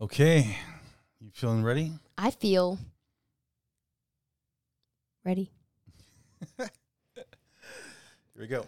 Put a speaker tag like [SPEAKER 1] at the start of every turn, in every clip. [SPEAKER 1] Okay. You feeling ready?
[SPEAKER 2] I feel ready.
[SPEAKER 1] Here we go.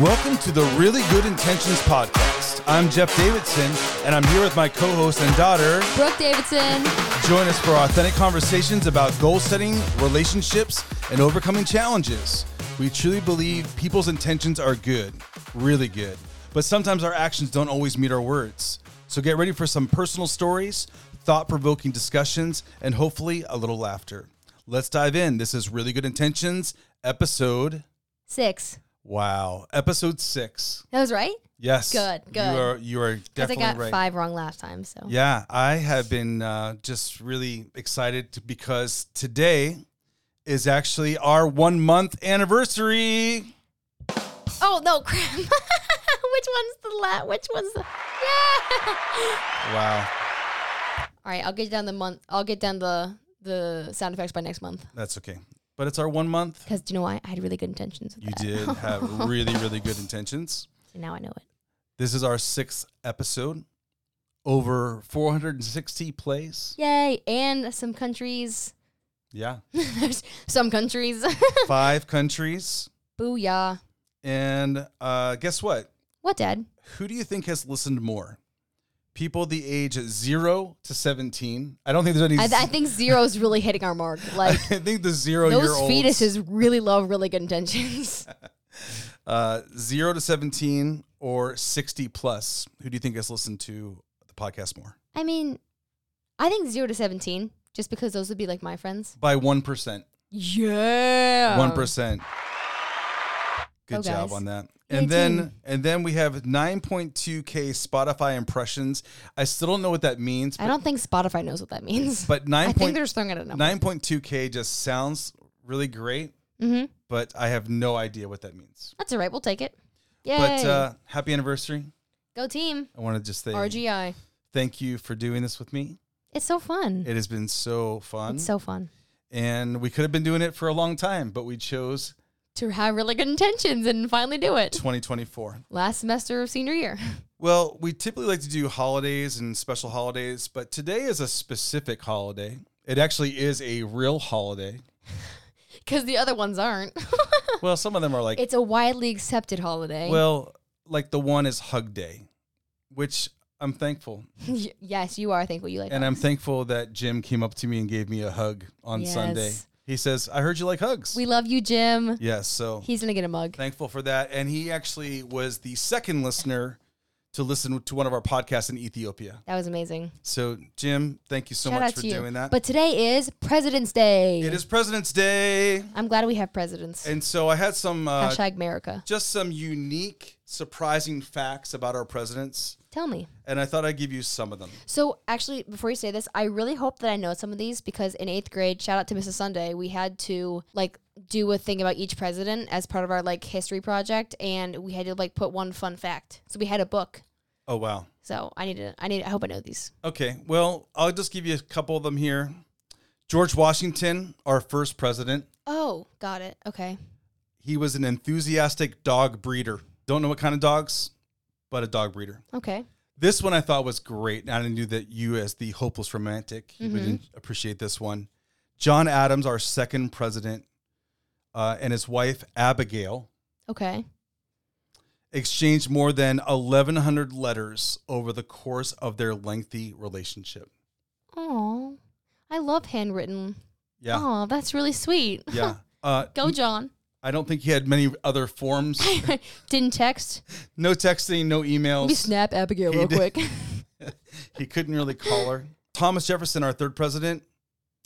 [SPEAKER 1] Welcome to the Really Good Intentions Podcast. I'm Jeff Davidson, and I'm here with my co host and daughter.
[SPEAKER 2] Brooke Davidson.
[SPEAKER 1] Join us for authentic conversations about goal setting, relationships, and overcoming challenges. We truly believe people's intentions are good, really good, but sometimes our actions don't always meet our words. So get ready for some personal stories, thought provoking discussions, and hopefully a little laughter. Let's dive in. This is Really Good Intentions, episode.
[SPEAKER 2] Six.
[SPEAKER 1] Wow, episode six.
[SPEAKER 2] That was right?
[SPEAKER 1] Yes,
[SPEAKER 2] Good, good.
[SPEAKER 1] You are you are
[SPEAKER 2] Because I
[SPEAKER 1] definitely
[SPEAKER 2] got
[SPEAKER 1] right.
[SPEAKER 2] five wrong last time. So
[SPEAKER 1] Yeah, I have been uh, just really excited to, because today is actually our one month anniversary.
[SPEAKER 2] Oh no, crap. which one's the la which one's the Yeah.
[SPEAKER 1] Wow,
[SPEAKER 2] All right, I'll get down the month I'll get down the the sound effects by next month.
[SPEAKER 1] that's okay. But it's our one month.
[SPEAKER 2] Because do you know why? I had really good intentions with
[SPEAKER 1] You
[SPEAKER 2] that.
[SPEAKER 1] did have really, really good intentions.
[SPEAKER 2] So now I know it.
[SPEAKER 1] This is our sixth episode, over 460 plays.
[SPEAKER 2] Yay. And some countries.
[SPEAKER 1] Yeah,
[SPEAKER 2] There's some countries.
[SPEAKER 1] five countries.
[SPEAKER 2] Booyah.
[SPEAKER 1] And uh, guess what?
[SPEAKER 2] What, Dad?
[SPEAKER 1] Who do you think has listened more? People the age zero to 17. I don't think there's any.
[SPEAKER 2] I, I think zero's really hitting our mark. Like
[SPEAKER 1] I think the zero year
[SPEAKER 2] those
[SPEAKER 1] olds,
[SPEAKER 2] fetuses really love really good intentions.
[SPEAKER 1] uh, zero to 17 or 60 plus, who do you think has listened to the podcast more?
[SPEAKER 2] I mean, I think zero to seventeen, just because those would be like my friends.
[SPEAKER 1] By 1%.
[SPEAKER 2] Yeah,
[SPEAKER 1] 1%. Good
[SPEAKER 2] Go
[SPEAKER 1] job
[SPEAKER 2] Oh. guys.
[SPEAKER 1] on that.
[SPEAKER 2] Yay,
[SPEAKER 1] And then
[SPEAKER 2] team.
[SPEAKER 1] and then we have 9.2k Spotify impressions. I still don't know what that means,
[SPEAKER 2] I
[SPEAKER 1] but,
[SPEAKER 2] don't think Spotify knows what that means.
[SPEAKER 1] but
[SPEAKER 2] I
[SPEAKER 1] 9.
[SPEAKER 2] think they're just throwing out a number.
[SPEAKER 1] 9.2k just sounds really great,
[SPEAKER 2] Mm-hmm.
[SPEAKER 1] but I have no idea what that means.
[SPEAKER 2] That's all right. We'll take it. Yay!
[SPEAKER 1] But uh, happy anniversary.
[SPEAKER 2] Go team
[SPEAKER 1] I want to just say
[SPEAKER 2] RGI.
[SPEAKER 1] thank you for doing this with me.
[SPEAKER 2] It's so fun.
[SPEAKER 1] It has been so fun.
[SPEAKER 2] it's so fun
[SPEAKER 1] and we could have been doing it for a long time, but we chose
[SPEAKER 2] to have really good intentions and finally do it.
[SPEAKER 1] 2024.
[SPEAKER 2] Last semester of senior year.
[SPEAKER 1] Well, we typically like to do holidays and special holidays, but today is a specific holiday. It actually is a real holiday.
[SPEAKER 2] Because the other ones aren't.
[SPEAKER 1] Well, some of them are like,
[SPEAKER 2] it's a widely accepted holiday.
[SPEAKER 1] well, like the one is Hug Day, which I'm thankful.
[SPEAKER 2] Y- yes, you are thankful you like
[SPEAKER 1] And
[SPEAKER 2] that.
[SPEAKER 1] I'm thankful that Jim came up to me and gave me a hug on
[SPEAKER 2] Yes.
[SPEAKER 1] Sunday. He says, I heard you like hugs.
[SPEAKER 2] We love you, Jim.
[SPEAKER 1] yes. So
[SPEAKER 2] He's gonna get a mug.
[SPEAKER 1] thankful for that. And he actually was the second listener to listen to one of our podcasts in Ethiopia.
[SPEAKER 2] That was amazing.
[SPEAKER 1] So, Jim, thank you so
[SPEAKER 2] Shout
[SPEAKER 1] much
[SPEAKER 2] out
[SPEAKER 1] for
[SPEAKER 2] to you.
[SPEAKER 1] doing that.
[SPEAKER 2] But today is President's Day.
[SPEAKER 1] it is President's Day.
[SPEAKER 2] I'm glad we have presidents.
[SPEAKER 1] And so I had some uh,
[SPEAKER 2] Hashtag America.
[SPEAKER 1] just some unique, surprising facts about our presidents.
[SPEAKER 2] Tell me.
[SPEAKER 1] And I thought I'd give you some of them.
[SPEAKER 2] So actually, before you say this, I really hope that I know some of these because in eighth grade, shout out to Mrs. Sunday, we had to like do a thing about each president as part of our like history project, and we had to like put one fun fact. So we had a book.
[SPEAKER 1] Oh, wow.
[SPEAKER 2] So I need to. I need. I hope I know these.
[SPEAKER 1] Okay. Well, I'll just give you a couple of them here. George Washington, our first president,
[SPEAKER 2] Oh, got it. Okay.
[SPEAKER 1] he was an enthusiastic dog breeder. Don't know what kind of dogs, but a dog breeder.
[SPEAKER 2] Okay.
[SPEAKER 1] This one I thought was great. And I knew that you, as the hopeless romantic, you would
[SPEAKER 2] Mm-hmm.
[SPEAKER 1] en- appreciate this one. John Adams, our second president, uh, and his wife, Abigail,
[SPEAKER 2] Okay.
[SPEAKER 1] exchanged more than 1,100 letters over the course of their lengthy relationship.
[SPEAKER 2] Oh, I love handwritten.
[SPEAKER 1] Yeah.
[SPEAKER 2] Oh, that's really sweet.
[SPEAKER 1] Yeah. Uh,
[SPEAKER 2] Go, John.
[SPEAKER 1] I don't think he had many other forms.
[SPEAKER 2] Didn't text.
[SPEAKER 1] No texting, no
[SPEAKER 2] Let me
[SPEAKER 1] emails.
[SPEAKER 2] snap Abigail real
[SPEAKER 1] did.
[SPEAKER 2] quick.
[SPEAKER 1] He couldn't really call her. Thomas Jefferson, our third president,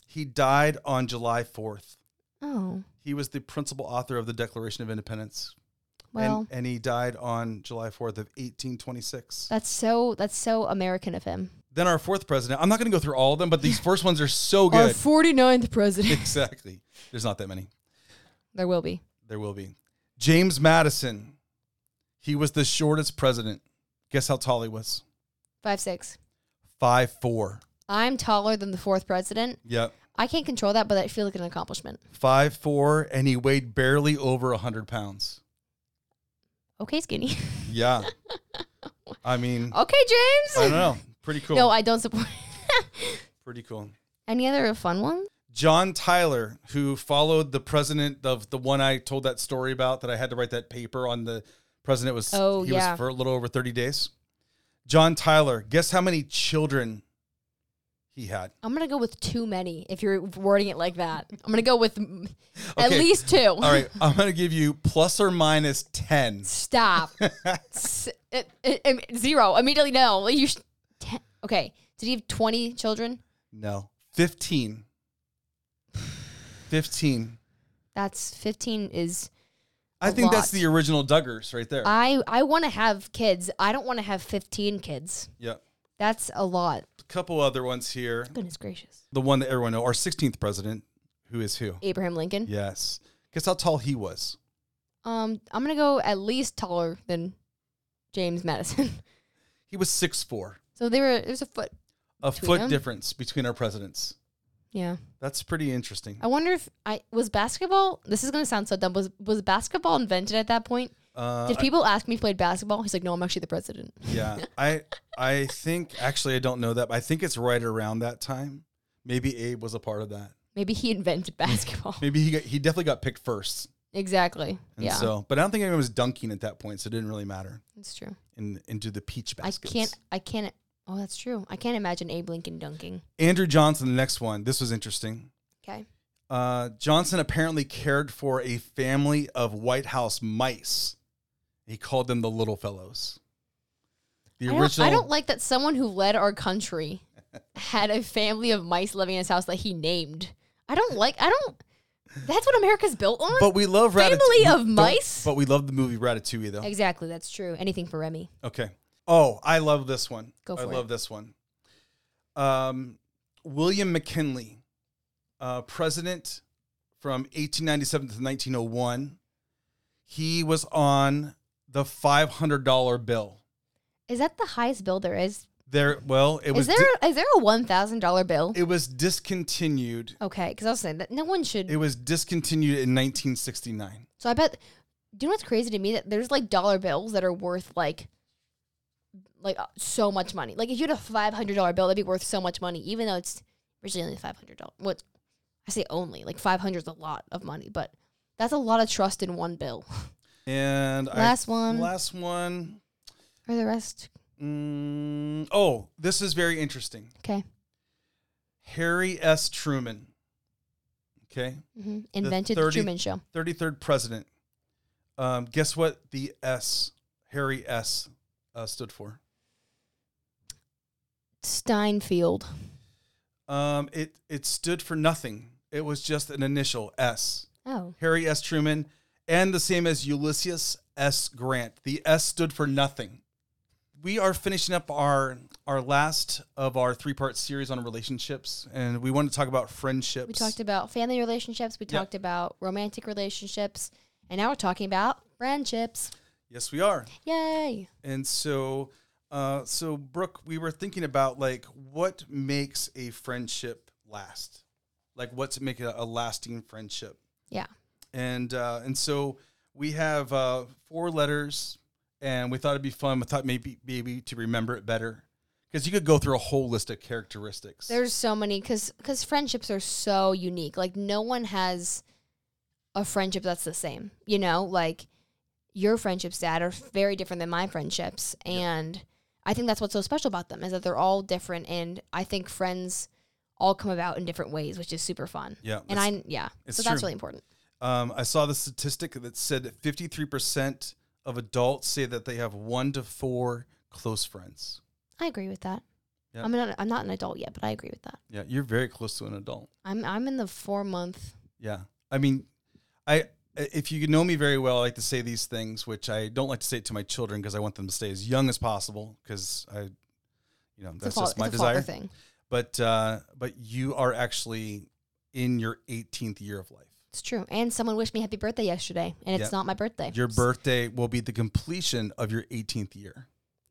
[SPEAKER 1] he died on July 4th.
[SPEAKER 2] oh,
[SPEAKER 1] He was the principal author of the Declaration of Independence.
[SPEAKER 2] well.
[SPEAKER 1] and, and he died on July 4th of 1826.
[SPEAKER 2] That's so that's so American of him.
[SPEAKER 1] Then our fourth president. I'm not going to go through all of them, but these first ones are so
[SPEAKER 2] Our
[SPEAKER 1] Oh, good.
[SPEAKER 2] 49th president.
[SPEAKER 1] exactly. There's not that many.
[SPEAKER 2] there will be.
[SPEAKER 1] There will be. James Madison. He was the shortest president. Guess how tall he was?
[SPEAKER 2] Five six.
[SPEAKER 1] Five four.
[SPEAKER 2] I'm taller than the fourth president.
[SPEAKER 1] Yep.
[SPEAKER 2] I can't control that, but I feel like an accomplishment.
[SPEAKER 1] Five four, and he weighed barely over a hundred pounds.
[SPEAKER 2] Okay, skinny.
[SPEAKER 1] Yeah. I mean,
[SPEAKER 2] okay, James.
[SPEAKER 1] I don't know. Pretty cool.
[SPEAKER 2] Oh, No, I don't support.
[SPEAKER 1] Pretty cool.
[SPEAKER 2] Any other fun ones?
[SPEAKER 1] John Tyler, who followed the president of the one I told that story about that I had to write that paper on the president was
[SPEAKER 2] Oh,
[SPEAKER 1] he
[SPEAKER 2] yeah.
[SPEAKER 1] was for a little over 30 days. John Tyler, guess how many children he had?
[SPEAKER 2] I'm gonna go with too many. If you're wording it like that, I'm gonna go with mm, at
[SPEAKER 1] Okay.
[SPEAKER 2] least two.
[SPEAKER 1] All right, I'm going to give you plus or minus 10.
[SPEAKER 2] Stop. S- it- it- it- zero. Immediately, no. Like, You sh- ten- okay. Did he have 20 children?
[SPEAKER 1] No. 15. 15.
[SPEAKER 2] That's 15 is.
[SPEAKER 1] I
[SPEAKER 2] A
[SPEAKER 1] think that's
[SPEAKER 2] lot. Uh,
[SPEAKER 1] the original Duggars right there.
[SPEAKER 2] I, I want to have kids. I don't want to have 15 kids.
[SPEAKER 1] yeah.
[SPEAKER 2] That's a lot.
[SPEAKER 1] A couple other ones here.
[SPEAKER 2] Goodness gracious.
[SPEAKER 1] The one that everyone know, our 16th president, who is who?
[SPEAKER 2] Abraham Lincoln.
[SPEAKER 1] Yes. Guess how tall he was?
[SPEAKER 2] Um, I'm going to go at least taller than James Madison.
[SPEAKER 1] He was six four.
[SPEAKER 2] so they were, there's a foot.
[SPEAKER 1] A
[SPEAKER 2] Between
[SPEAKER 1] foot
[SPEAKER 2] them?
[SPEAKER 1] difference between our presidents.
[SPEAKER 2] Yeah.
[SPEAKER 1] That's pretty interesting.
[SPEAKER 2] I wonder if I was basketball. This is going to sound so dumb. Was, was basketball invented at that point?
[SPEAKER 1] Uh,
[SPEAKER 2] Did people ask me if he played basketball? He's like, no, I'm actually the president.
[SPEAKER 1] yeah, I I think actually I don't know that, but I think it's right around that time. Maybe Abe was a part of that.
[SPEAKER 2] Maybe he invented basketball.
[SPEAKER 1] Maybe he got, he definitely got picked first,
[SPEAKER 2] Exactly.
[SPEAKER 1] and
[SPEAKER 2] yeah,
[SPEAKER 1] so. But I don't think anyone was dunking at that point, so it didn't really matter.
[SPEAKER 2] that's true.
[SPEAKER 1] In into the peach
[SPEAKER 2] I
[SPEAKER 1] baskets.
[SPEAKER 2] can't. I can't. Oh, that's true. I can't imagine Abe Lincoln dunking.
[SPEAKER 1] Andrew Johnson, the next one. This was interesting.
[SPEAKER 2] Okay.
[SPEAKER 1] Uh, Johnson apparently cared for a family of White House mice. He called them the little fellows. The
[SPEAKER 2] I don't, I don't like that someone who led our country had a family of mice living in his house that he named. I don't like. I don't. That's what America's built on.
[SPEAKER 1] but we love
[SPEAKER 2] Family
[SPEAKER 1] Ratatouille.
[SPEAKER 2] of
[SPEAKER 1] Don't-
[SPEAKER 2] mice?
[SPEAKER 1] But we love the movie Ratatouille, though.
[SPEAKER 2] exactly. That's true. Anything for Remy.
[SPEAKER 1] Okay. Oh, I love this one.
[SPEAKER 2] Go
[SPEAKER 1] I
[SPEAKER 2] for it.
[SPEAKER 1] love this one. Um, William McKinley, uh, president from 1897 to 1901. He was on the $500 bill.
[SPEAKER 2] Is that the highest bill there is?
[SPEAKER 1] There, well, it was
[SPEAKER 2] Is there
[SPEAKER 1] di-
[SPEAKER 2] a- is there a one thousand dollar bill?
[SPEAKER 1] it was discontinued.
[SPEAKER 2] Okay, because I was saying that no one should.
[SPEAKER 1] It was discontinued in 1969.
[SPEAKER 2] So I bet. Do you know what's crazy to me? That there's like dollar bills that are worth like, like uh, so much money. Like if you had a five hundred dollar bill, that'd be worth so much money, even though it's originally only five hundred dollars. What I say only like five hundred is a lot of money, but that's a lot of trust in one bill.
[SPEAKER 1] And I-
[SPEAKER 2] Last one.
[SPEAKER 1] last one.
[SPEAKER 2] Or the rest,
[SPEAKER 1] Mm, oh, this is very interesting.
[SPEAKER 2] okay.
[SPEAKER 1] Harry S. Truman. Okay.
[SPEAKER 2] hmm Invented the,
[SPEAKER 1] 30
[SPEAKER 2] Truman Show.
[SPEAKER 1] 33rd president. Um, guess what the S, Harry S, uh, stood for?
[SPEAKER 2] Steinfield.
[SPEAKER 1] Um, it, it stood for nothing. It was just an initial S.
[SPEAKER 2] Oh,
[SPEAKER 1] Harry S. Truman, and the same as Ulysses S. Grant. The S stood for nothing. We are finishing up our our last of our three part series on relationships, and we want to talk about friendships.
[SPEAKER 2] we talked about family relationships. We
[SPEAKER 1] Yep.
[SPEAKER 2] talked about romantic relationships, and now we're talking about friendships.
[SPEAKER 1] yes, we are.
[SPEAKER 2] Yay!
[SPEAKER 1] And so, uh, so Brooke, we were thinking about like what makes a friendship last, like what's make a, a lasting friendship,
[SPEAKER 2] Yeah.
[SPEAKER 1] and uh, and so we have uh, four letters, and we thought it'd be fun. We thought maybe maybe to remember it better, because you could go through a whole list of characteristics.
[SPEAKER 2] There's so many because friendships are so unique. Like no one has a friendship that's the same. You know, like your friendships, Dad, are very different than my friendships, and I think that's what's so special about them is that they're all different, and I think friends all come about in different ways, which is super fun.
[SPEAKER 1] Yeah,
[SPEAKER 2] and
[SPEAKER 1] that's-
[SPEAKER 2] I yeah,
[SPEAKER 1] it's
[SPEAKER 2] so that's
[SPEAKER 1] true.
[SPEAKER 2] really important.
[SPEAKER 1] Um, I saw the statistic that said that 53% of adults say that they have one to four close friends.
[SPEAKER 2] I agree with that.
[SPEAKER 1] Yeah.
[SPEAKER 2] I'm not I'm not an adult yet, but I agree with that.
[SPEAKER 1] Yeah, you're very close to an adult.
[SPEAKER 2] I'm I'm in the four month.
[SPEAKER 1] Yeah. I mean, I if you know me very well, I like to say these things, which I don't like to say it to my children because I want them to stay as young as possible because I, you know,
[SPEAKER 2] It's
[SPEAKER 1] that's
[SPEAKER 2] a fa-
[SPEAKER 1] just my
[SPEAKER 2] it's a
[SPEAKER 1] desire.
[SPEAKER 2] father thing.
[SPEAKER 1] But uh, but you are actually in your 18th year of life.
[SPEAKER 2] It's true. And someone wished me happy birthday yesterday, and it's
[SPEAKER 1] Yeah.
[SPEAKER 2] not my birthday.
[SPEAKER 1] Your
[SPEAKER 2] So-
[SPEAKER 1] birthday will be the completion of your 18th year.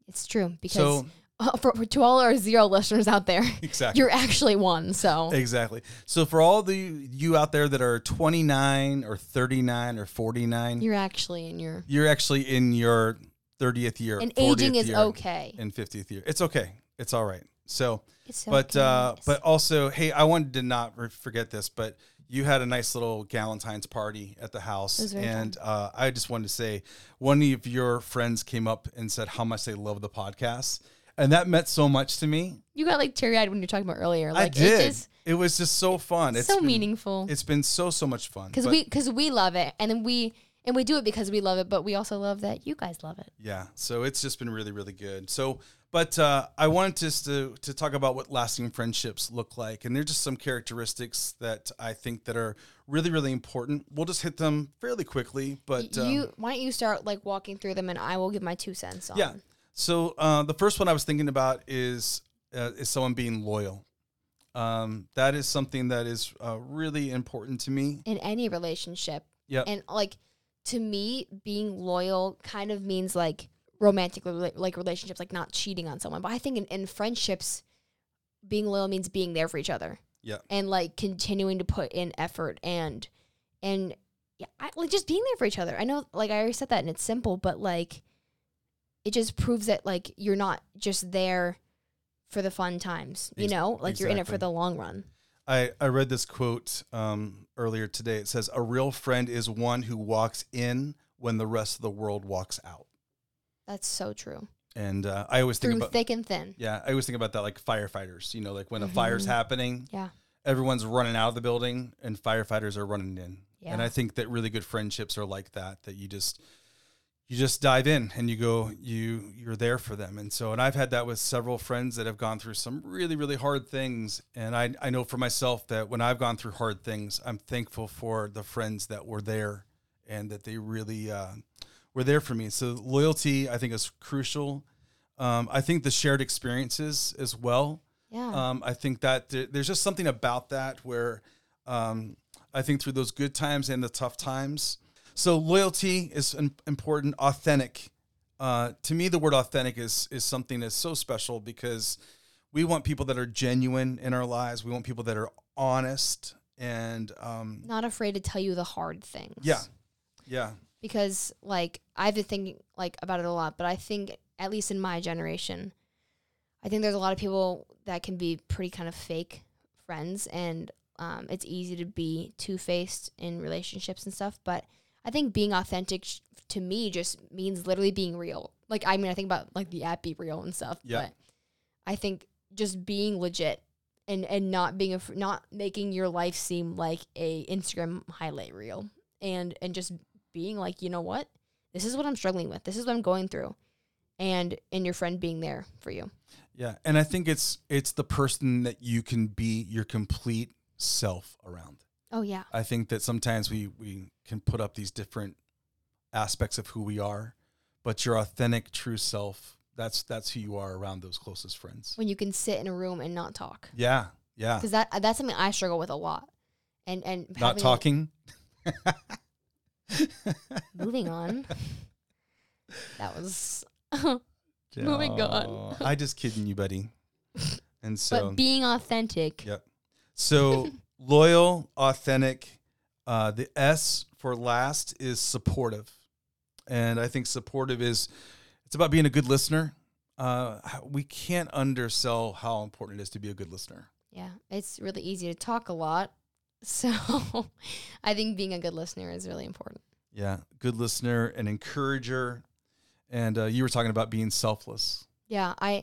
[SPEAKER 2] It's true because
[SPEAKER 1] So
[SPEAKER 2] uh, for, for- to all our zero listeners out there,
[SPEAKER 1] Exactly.
[SPEAKER 2] you're actually one. So
[SPEAKER 1] Exactly. So for all the you out there that are 29 or 39 or 49,
[SPEAKER 2] you're actually in your
[SPEAKER 1] you're actually in your 30th year.
[SPEAKER 2] and aging
[SPEAKER 1] 40th
[SPEAKER 2] is
[SPEAKER 1] year,
[SPEAKER 2] okay.
[SPEAKER 1] And 50th year. It's okay. It's all right. So,
[SPEAKER 2] It's
[SPEAKER 1] but
[SPEAKER 2] okay.
[SPEAKER 1] uh but also, hey, I wanted to not re- forget this, but you had a nice little Galentine's party at the house
[SPEAKER 2] was very
[SPEAKER 1] and uh, I just wanted to say one of your friends came up and said how much they love the podcast. And that meant so much to me.
[SPEAKER 2] you got like teary eyed when you were talking about earlier.
[SPEAKER 1] I
[SPEAKER 2] Like
[SPEAKER 1] did.
[SPEAKER 2] It's just
[SPEAKER 1] it was just so fun. It's
[SPEAKER 2] so
[SPEAKER 1] been-
[SPEAKER 2] meaningful
[SPEAKER 1] It's been so so much fun.
[SPEAKER 2] because
[SPEAKER 1] But,
[SPEAKER 2] we because we love it, and then we and we do it because we love it, but we also love that you guys love it.
[SPEAKER 1] yeah, so it's just been really really good. So, but uh, I wanted just to to talk about what lasting friendships look like, and they're just some characteristics that I think that are really really important. We'll just hit them fairly quickly, but um,
[SPEAKER 2] you why don't you start like walking through them, and I will give my two cents on.
[SPEAKER 1] yeah. So uh, the first one I was thinking about is uh, is someone being loyal. Um, that is something that is uh, really important to me.
[SPEAKER 2] in any relationship.
[SPEAKER 1] Yep.
[SPEAKER 2] And like to me, being loyal kind of means like romantic rela- like relationships, like not cheating on someone. But I think in, in friendships, being loyal means being there for each other.
[SPEAKER 1] Yeah.
[SPEAKER 2] And like continuing to put in effort and and yeah, I, like just being there for each other. I know, like I already said that, and it's simple, but like it just proves that like you're not just there for the fun times, you
[SPEAKER 1] Ex-
[SPEAKER 2] know, like you're in it for
[SPEAKER 1] exactly.
[SPEAKER 2] the long run.
[SPEAKER 1] I, I read this quote um, earlier today. It says, A real friend is one who walks in when the rest of the world walks out.
[SPEAKER 2] That's so true.
[SPEAKER 1] And uh, I always think
[SPEAKER 2] Through
[SPEAKER 1] about,
[SPEAKER 2] thick and thin.
[SPEAKER 1] yeah, I always think about that like firefighters, you know, like when a fire's
[SPEAKER 2] Mhm.
[SPEAKER 1] happening,
[SPEAKER 2] Yeah.
[SPEAKER 1] everyone's running out of the building and firefighters are running in.
[SPEAKER 2] Yeah.
[SPEAKER 1] And I think that really good friendships are like that, that you just, you just dive in and you go, you, you're there for them. And so, and I've had that with several friends that have gone through some really, really hard things. And I, I know for myself that when I've gone through hard things, I'm thankful for the friends that were there and that they really, uh, were there for me. So loyalty, I think, is crucial. Um, I think the shared experiences as well
[SPEAKER 2] Yeah.
[SPEAKER 1] um, I think that there, there's just something about that where um, I think through those good times and the tough times. So loyalty is im- important. Authentic. Uh, to me, the word authentic is is something that's so special because we want people that are genuine in our lives. We want people that are honest and um,
[SPEAKER 2] not afraid to tell you the hard things.
[SPEAKER 1] yeah, yeah,
[SPEAKER 2] Because like I've been thinking like about it a lot, but I think at least in my generation, I think there's a lot of people that can be pretty kind of fake friends and um, it's easy to be two faced in relationships and stuff. But I think being authentic sh- to me just means literally being real. Like I mean, I think about like the app be real and stuff.
[SPEAKER 1] Yeah.
[SPEAKER 2] But I think just being legit and and not being af- not making your life seem like a Instagram highlight reel and and just being like you know what this is what I'm struggling with this is what I'm going through and and your friend being there for you
[SPEAKER 1] yeah. And I think it's it's the person that you can be your complete self around.
[SPEAKER 2] oh yeah
[SPEAKER 1] I think that sometimes we we can put up these different aspects of who we are, but your authentic true self, that's that's who you are around those closest friends.
[SPEAKER 2] when you can sit in a room and not talk
[SPEAKER 1] Yeah. Yeah.
[SPEAKER 2] because that that's something I struggle with a lot and and
[SPEAKER 1] Not
[SPEAKER 2] having-
[SPEAKER 1] talking.
[SPEAKER 2] moving on that was
[SPEAKER 1] Oh
[SPEAKER 2] my God.
[SPEAKER 1] I just kidding you, buddy. And so
[SPEAKER 2] but being authentic
[SPEAKER 1] Yep. So loyal, authentic. Uh, the S for last is supportive, and I think supportive is it's about being a good listener. Uh, we can't undersell how important it is to be a good listener.
[SPEAKER 2] yeah it's really easy to talk a lot so I think being a good listener is really important
[SPEAKER 1] Yeah, good listener, an encourager, and uh, you were talking about being selfless.
[SPEAKER 2] Yeah, I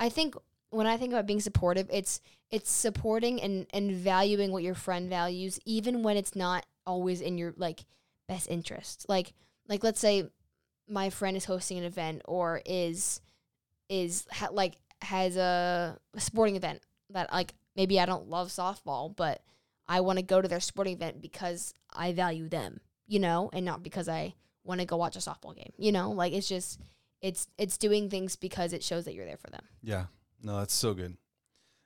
[SPEAKER 2] I think when I think about being supportive, it's it's supporting and and valuing what your friend values even when it's not always in your like best interest. Like like let's say my friend is hosting an event or is is ha- like has a sporting event that like maybe I don't love softball, but I want to go to their sporting event because I value them, you know, and not because I want to go watch a softball game, you know? Like it's just it's it's doing things because it shows that you're there for them.
[SPEAKER 1] Yeah, no, that's so good.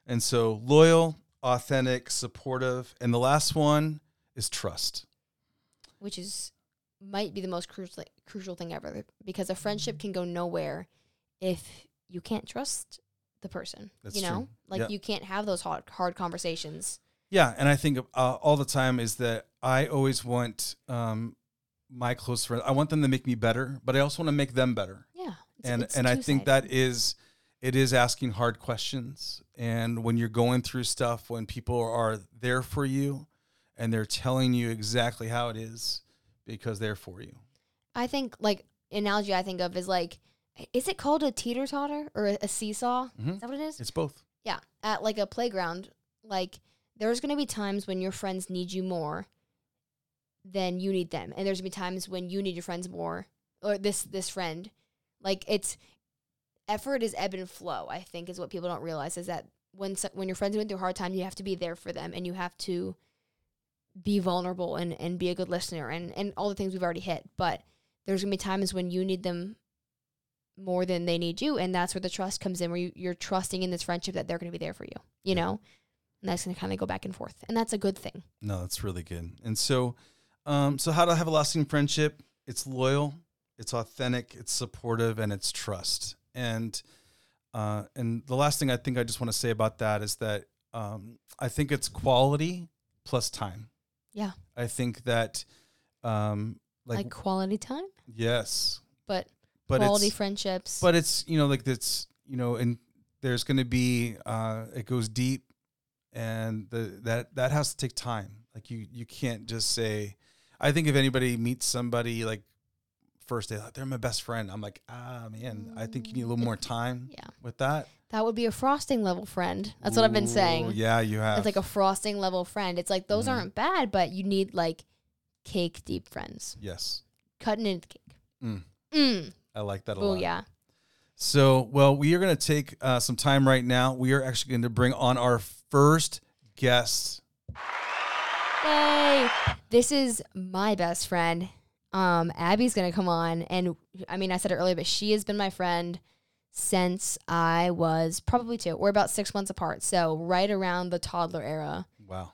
[SPEAKER 1] And so loyal, authentic, supportive, and the last one is trust.
[SPEAKER 2] which is
[SPEAKER 1] Mm-hmm.
[SPEAKER 2] might be the most crucial crucial thing ever because a friendship can go nowhere if you can't trust the person.
[SPEAKER 1] That's
[SPEAKER 2] you know,
[SPEAKER 1] true.
[SPEAKER 2] like
[SPEAKER 1] Yeah.
[SPEAKER 2] you can't have those hard hard conversations.
[SPEAKER 1] Yeah, and I think uh, all the time is that I always want um, my close friends. I want them to make me better, but I also want to make them better.
[SPEAKER 2] Yeah, it's-
[SPEAKER 1] and
[SPEAKER 2] it's
[SPEAKER 1] and I
[SPEAKER 2] two-sided.
[SPEAKER 1] think that is it is asking hard questions. And when you're going through stuff, when people are there for you, and they're telling you exactly how it is because they're for you.
[SPEAKER 2] I think like analogy I think of is like, is it called a teeter totter or a, a seesaw?
[SPEAKER 1] Mhm.
[SPEAKER 2] Is that what it is?
[SPEAKER 1] It's both.
[SPEAKER 2] Yeah, at like a playground, like there's going to be times when your friends need you more than you need them, and there's going to be times when you need your friends more or this this friend. Like it's effort is ebb and flow. I think is what people don't realize is that when so- when your friends are going through a hard time, you have to be there for them, and you have to be vulnerable and and be a good listener and and all the things we've already hit. But there's going to be times when you need them more than they need you and that's where the trust comes in where you, you're trusting in this friendship that they're going to be there for you you know and that's going to kind of go back and forth and that's a good thing
[SPEAKER 1] No, that's really good. And so, um, so how to have a lasting friendship? It's loyal, it's authentic, it's supportive, and it's trust. And uh, and the last thing I think I just want to say about that is that um, I think it's quality plus time.
[SPEAKER 2] Yeah.
[SPEAKER 1] I think that, um,
[SPEAKER 2] like,
[SPEAKER 1] like,
[SPEAKER 2] quality time
[SPEAKER 1] yes,
[SPEAKER 2] but,
[SPEAKER 1] but
[SPEAKER 2] quality
[SPEAKER 1] it's,
[SPEAKER 2] friendships
[SPEAKER 1] but it's you know like that's you know and there's going to be uh, it goes deep and the that that has to take time like you you can't just say i think if anybody meets somebody like first day like they're my best friend i'm like ah man i think you need a little more time
[SPEAKER 2] Mm, yeah
[SPEAKER 1] with that
[SPEAKER 2] that would be a frosting level friend that's what i've been
[SPEAKER 1] Ooh,
[SPEAKER 2] saying
[SPEAKER 1] yeah you have
[SPEAKER 2] it's like a frosting level friend it's like those
[SPEAKER 1] Mhm.
[SPEAKER 2] aren't bad but you need like cake deep friends
[SPEAKER 1] yes
[SPEAKER 2] cutting into the cake
[SPEAKER 1] Mm.
[SPEAKER 2] mm.
[SPEAKER 1] i like that a
[SPEAKER 2] oh
[SPEAKER 1] lot
[SPEAKER 2] yeah
[SPEAKER 1] so well we are going to take uh, some time right now we are actually going to bring on our first guest
[SPEAKER 2] Yay! This is my best friend. Um, Abby's gonna come on, and I mean, I said it earlier, but she has been my friend since I was probably two. We're about six months apart, so right around the toddler era
[SPEAKER 1] wow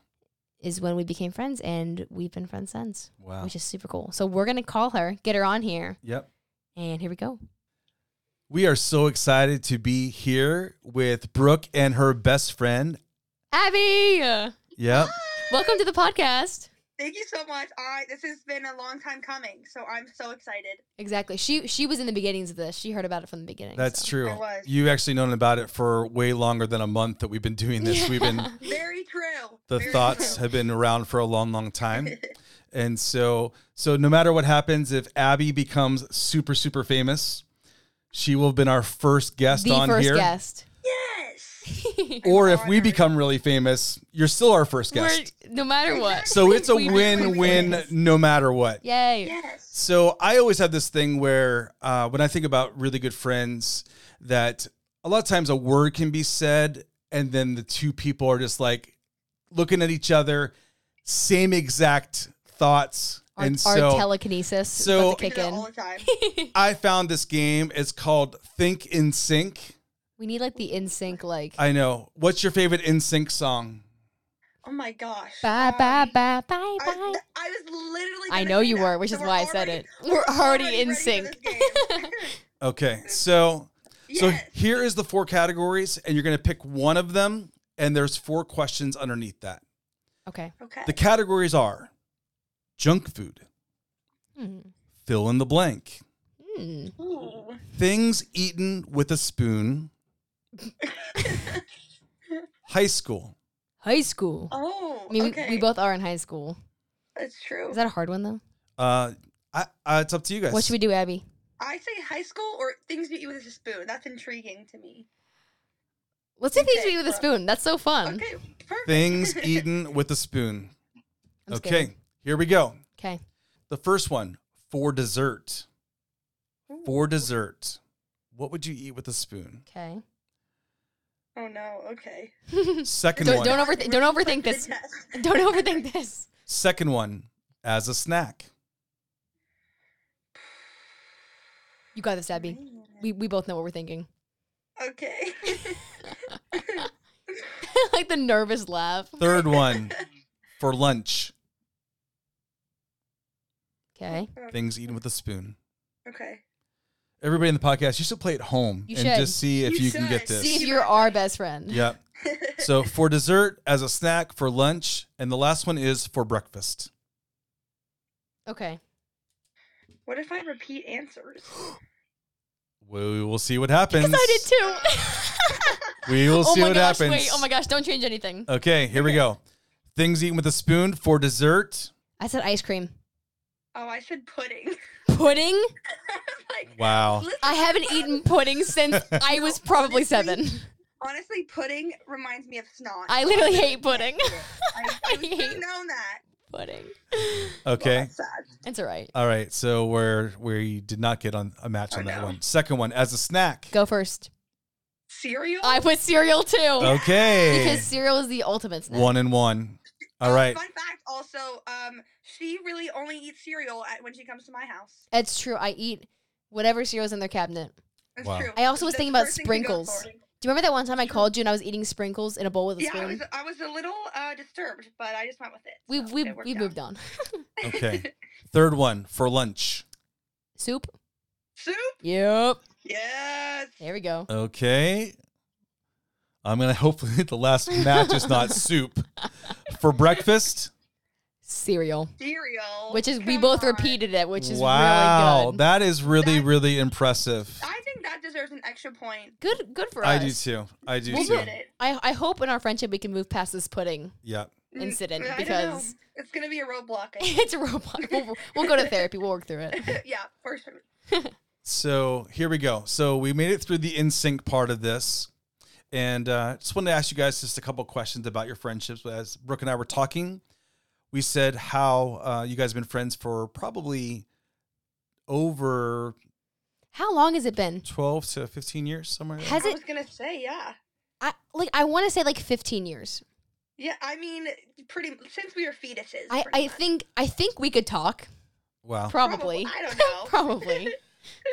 [SPEAKER 2] is when we became friends, and we've been friends since,
[SPEAKER 1] wow
[SPEAKER 2] which is super cool. So we're gonna call her, get her on here,
[SPEAKER 1] yep
[SPEAKER 2] and here we go.
[SPEAKER 1] We are so excited to be here with Brooke and her best friend.
[SPEAKER 2] Abby,
[SPEAKER 1] Yep.
[SPEAKER 2] welcome to the podcast.
[SPEAKER 3] Thank you so much. I this has been a long time coming, so I'm so excited.
[SPEAKER 2] Exactly. She she was in the beginnings of this. She heard about it from the beginning.
[SPEAKER 1] That's
[SPEAKER 2] so.
[SPEAKER 1] true.
[SPEAKER 3] It was.
[SPEAKER 1] You actually known about it for way longer than a month that we've been doing this. We've been
[SPEAKER 3] Very true.
[SPEAKER 1] the
[SPEAKER 3] Very
[SPEAKER 1] thoughts
[SPEAKER 3] true.
[SPEAKER 1] have been around for a long, long time. And so so no matter what happens, if Abby becomes super, super famous, she will have been our first guest
[SPEAKER 2] The
[SPEAKER 1] on
[SPEAKER 2] first
[SPEAKER 1] here.
[SPEAKER 2] guest.
[SPEAKER 3] yes.
[SPEAKER 1] Or if we
[SPEAKER 3] Honored.
[SPEAKER 1] become really famous, you're still our first guest.
[SPEAKER 2] We're, no matter what.
[SPEAKER 1] so it's a
[SPEAKER 2] We become
[SPEAKER 1] win win
[SPEAKER 2] famous.
[SPEAKER 1] no matter what.
[SPEAKER 2] Yay.
[SPEAKER 3] Yes.
[SPEAKER 1] So I always have this thing where uh, when I think about really good friends, that a lot of times a word can be said, and then the two people are just like looking at each other, same exact thoughts,
[SPEAKER 2] Our,
[SPEAKER 1] and
[SPEAKER 2] our
[SPEAKER 1] so
[SPEAKER 2] telekinesis
[SPEAKER 1] so-
[SPEAKER 2] about to
[SPEAKER 3] We
[SPEAKER 2] kick
[SPEAKER 3] do that all
[SPEAKER 2] in.
[SPEAKER 3] the time.
[SPEAKER 1] I found this game. It's called Think in Sync.
[SPEAKER 2] We need like the in sync like
[SPEAKER 1] I know. What's your favorite In Sync song?
[SPEAKER 3] Oh my gosh.
[SPEAKER 2] bye bye
[SPEAKER 3] Um,
[SPEAKER 2] bye bye
[SPEAKER 3] I,
[SPEAKER 2] bye.
[SPEAKER 3] th- I was literally.
[SPEAKER 2] I
[SPEAKER 3] gonna
[SPEAKER 2] know
[SPEAKER 3] say
[SPEAKER 2] you
[SPEAKER 3] that,
[SPEAKER 2] were, which
[SPEAKER 3] so
[SPEAKER 2] is
[SPEAKER 3] we're
[SPEAKER 2] why I said
[SPEAKER 3] already-
[SPEAKER 2] it. We're already in
[SPEAKER 3] ready for
[SPEAKER 2] sync.
[SPEAKER 3] this game.
[SPEAKER 1] Okay, so so
[SPEAKER 3] yes.
[SPEAKER 1] here is the four categories, and you're gonna pick one of them, and there's four questions underneath that.
[SPEAKER 2] Okay.
[SPEAKER 3] Okay.
[SPEAKER 1] The categories are junk food,
[SPEAKER 2] Mm.
[SPEAKER 1] fill in the blank,
[SPEAKER 2] Mm.
[SPEAKER 3] Ooh.
[SPEAKER 1] things eaten with a spoon, high school.
[SPEAKER 2] High school.
[SPEAKER 3] Oh.
[SPEAKER 2] I mean, we-
[SPEAKER 3] okay. Oh.
[SPEAKER 2] we, both are in high school.
[SPEAKER 3] That's true.
[SPEAKER 2] Is that a hard one though?
[SPEAKER 1] Uh, I, uh, it's up to you guys.
[SPEAKER 2] What should we do, Abby?
[SPEAKER 3] I say high school or things you eat with a spoon. That's intriguing to me.
[SPEAKER 2] Let's do things
[SPEAKER 3] Okay,
[SPEAKER 2] we eat with a
[SPEAKER 3] well-
[SPEAKER 2] spoon. That's so fun.
[SPEAKER 3] Okay. Perfect.
[SPEAKER 1] Things eaten with a spoon.
[SPEAKER 2] I'm
[SPEAKER 1] okay,
[SPEAKER 2] scared.
[SPEAKER 1] here we go.
[SPEAKER 2] Okay.
[SPEAKER 1] The first one for dessert. For dessert, what would you eat with a spoon?
[SPEAKER 2] Okay.
[SPEAKER 3] Oh no. Okay.
[SPEAKER 1] Second
[SPEAKER 2] Don't-
[SPEAKER 1] one.
[SPEAKER 2] don't overth- don't overthink this. Don't overthink this.
[SPEAKER 1] Second one as a snack.
[SPEAKER 2] You got this, Abby. We we both know what we're thinking.
[SPEAKER 3] Okay.
[SPEAKER 2] like the nervous laugh.
[SPEAKER 1] Third one for lunch.
[SPEAKER 2] Okay.
[SPEAKER 1] Things eaten with a spoon.
[SPEAKER 3] Okay.
[SPEAKER 1] Everybody in the podcast, you should play it home
[SPEAKER 2] You
[SPEAKER 1] and
[SPEAKER 2] should.
[SPEAKER 1] just see if you,
[SPEAKER 3] You
[SPEAKER 1] can get
[SPEAKER 3] should.
[SPEAKER 1] this.
[SPEAKER 2] See if you're our best friend.
[SPEAKER 1] Yep. So for dessert, as a snack, for lunch, and the last one is for breakfast.
[SPEAKER 2] Okay.
[SPEAKER 3] What if I repeat answers?
[SPEAKER 1] We will see what happens.
[SPEAKER 2] Because I did too.
[SPEAKER 1] We will see
[SPEAKER 2] oh my
[SPEAKER 1] what
[SPEAKER 2] gosh,
[SPEAKER 1] happens.
[SPEAKER 2] Wait, oh my gosh, don't change anything.
[SPEAKER 1] Okay, here we go. Things eaten with a spoon for dessert.
[SPEAKER 2] I said ice cream.
[SPEAKER 3] Oh, I said pudding.
[SPEAKER 2] Pudding?
[SPEAKER 3] like,
[SPEAKER 1] Wow.
[SPEAKER 3] listen,
[SPEAKER 2] I haven't eaten pudding since I was probably seven.
[SPEAKER 3] honestly, pudding reminds me of snot.
[SPEAKER 2] I literally hate pudding.
[SPEAKER 3] I, I
[SPEAKER 2] hate-
[SPEAKER 3] should have known that.
[SPEAKER 2] pudding.
[SPEAKER 1] Okay.
[SPEAKER 3] That's sad.
[SPEAKER 2] It's all right.
[SPEAKER 1] All right. So we're we did not get on a match on
[SPEAKER 3] I
[SPEAKER 1] that
[SPEAKER 3] know.
[SPEAKER 1] one. Second one as a snack.
[SPEAKER 2] Go first.
[SPEAKER 3] Cereal.
[SPEAKER 2] I put cereal too.
[SPEAKER 1] Okay.
[SPEAKER 2] Because cereal is the ultimate snack.
[SPEAKER 1] One and one. All
[SPEAKER 3] Uh,
[SPEAKER 1] right.
[SPEAKER 3] Fun fact, also, um, she really only eats cereal at, when she comes to my house.
[SPEAKER 2] It's true. I eat whatever cereal's in their cabinet.
[SPEAKER 3] That's
[SPEAKER 1] Wow.
[SPEAKER 3] true.
[SPEAKER 2] I also was
[SPEAKER 3] That's
[SPEAKER 2] thinking
[SPEAKER 3] the
[SPEAKER 2] about
[SPEAKER 3] first thing she goes
[SPEAKER 2] sprinkles.
[SPEAKER 3] for.
[SPEAKER 2] Do you remember that one time I called you and I was eating sprinkles in a bowl with a
[SPEAKER 3] Yeah, I
[SPEAKER 2] spoon?
[SPEAKER 3] was, I was a little uh, disturbed, but I just went with it.
[SPEAKER 2] we
[SPEAKER 3] so
[SPEAKER 2] we,
[SPEAKER 3] it worked
[SPEAKER 2] we
[SPEAKER 3] out.
[SPEAKER 2] moved on.
[SPEAKER 1] Okay. Third one for lunch.
[SPEAKER 2] Soup?
[SPEAKER 3] Soup.
[SPEAKER 2] Yep.
[SPEAKER 3] Yes.
[SPEAKER 2] There we go.
[SPEAKER 1] Okay. I'm gonna hopefully the last match is not soup. For breakfast.
[SPEAKER 2] Cereal.
[SPEAKER 3] Cereal.
[SPEAKER 2] Which is we
[SPEAKER 3] Come
[SPEAKER 2] both
[SPEAKER 3] on.
[SPEAKER 2] repeated it, which is
[SPEAKER 1] wow,
[SPEAKER 2] really good.
[SPEAKER 1] that is really
[SPEAKER 3] That-
[SPEAKER 1] really impressive.
[SPEAKER 3] I think that deserves an extra point.
[SPEAKER 2] good good for
[SPEAKER 1] I
[SPEAKER 2] us.
[SPEAKER 1] do too. I do
[SPEAKER 2] We'll
[SPEAKER 3] We
[SPEAKER 1] too.
[SPEAKER 3] did it.
[SPEAKER 2] I, I hope in our friendship we can move past this pudding
[SPEAKER 1] Yeah.
[SPEAKER 3] Mm,
[SPEAKER 2] incident
[SPEAKER 3] I don't know.
[SPEAKER 2] because
[SPEAKER 3] it's gonna be a roadblock. I
[SPEAKER 2] it's a robot. We'll, we'll go to therapy. We'll work through it.
[SPEAKER 3] think. yeah, for sure.
[SPEAKER 1] So here we go. So we made it through the in sync part of this, and uh, just wanted to ask you guys just a couple questions about your friendships. As Brooke and I were talking, we said how uh, you guys have been friends for probably over
[SPEAKER 2] How long has it been?
[SPEAKER 1] twelve to fifteen years, somewhere. in there.
[SPEAKER 2] Has
[SPEAKER 3] I
[SPEAKER 2] it?
[SPEAKER 3] was gonna say yeah.
[SPEAKER 2] I like. I want to say like 15 years.
[SPEAKER 3] Yeah, I mean, pretty since we were fetuses.
[SPEAKER 2] I,
[SPEAKER 3] pretty
[SPEAKER 2] I
[SPEAKER 3] much.
[SPEAKER 2] think I think we could talk.
[SPEAKER 1] wow.
[SPEAKER 2] Probably.
[SPEAKER 3] I don't know.
[SPEAKER 2] Probably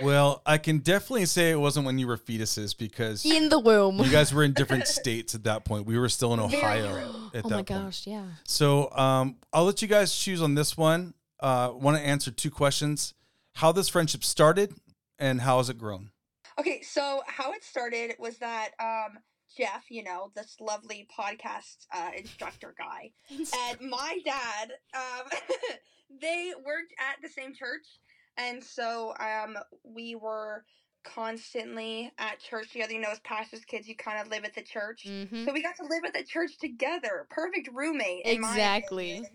[SPEAKER 1] Well, I can definitely say it wasn't when you were fetuses because you
[SPEAKER 2] in the womb.
[SPEAKER 1] guys were in different states at that point. We were still in
[SPEAKER 3] Very
[SPEAKER 1] Ohio
[SPEAKER 3] true.
[SPEAKER 1] at that
[SPEAKER 2] oh my
[SPEAKER 1] point.
[SPEAKER 2] gosh! Yeah.
[SPEAKER 1] So um, I'll let you guys choose on this one. Uh, Want to answer two questions: how this friendship started, and how has it grown?
[SPEAKER 3] Okay, so how it started was that um, Jeff, you know, this lovely podcast uh, instructor guy, and my dad, um, they worked at the same church, and so um, we were constantly at church together. You know, as pastors' kids, you kind of live at the church.
[SPEAKER 2] Mm-hmm.
[SPEAKER 3] So we got to live at the church together. Perfect roommate. in my
[SPEAKER 2] Exactly.
[SPEAKER 3] opinion.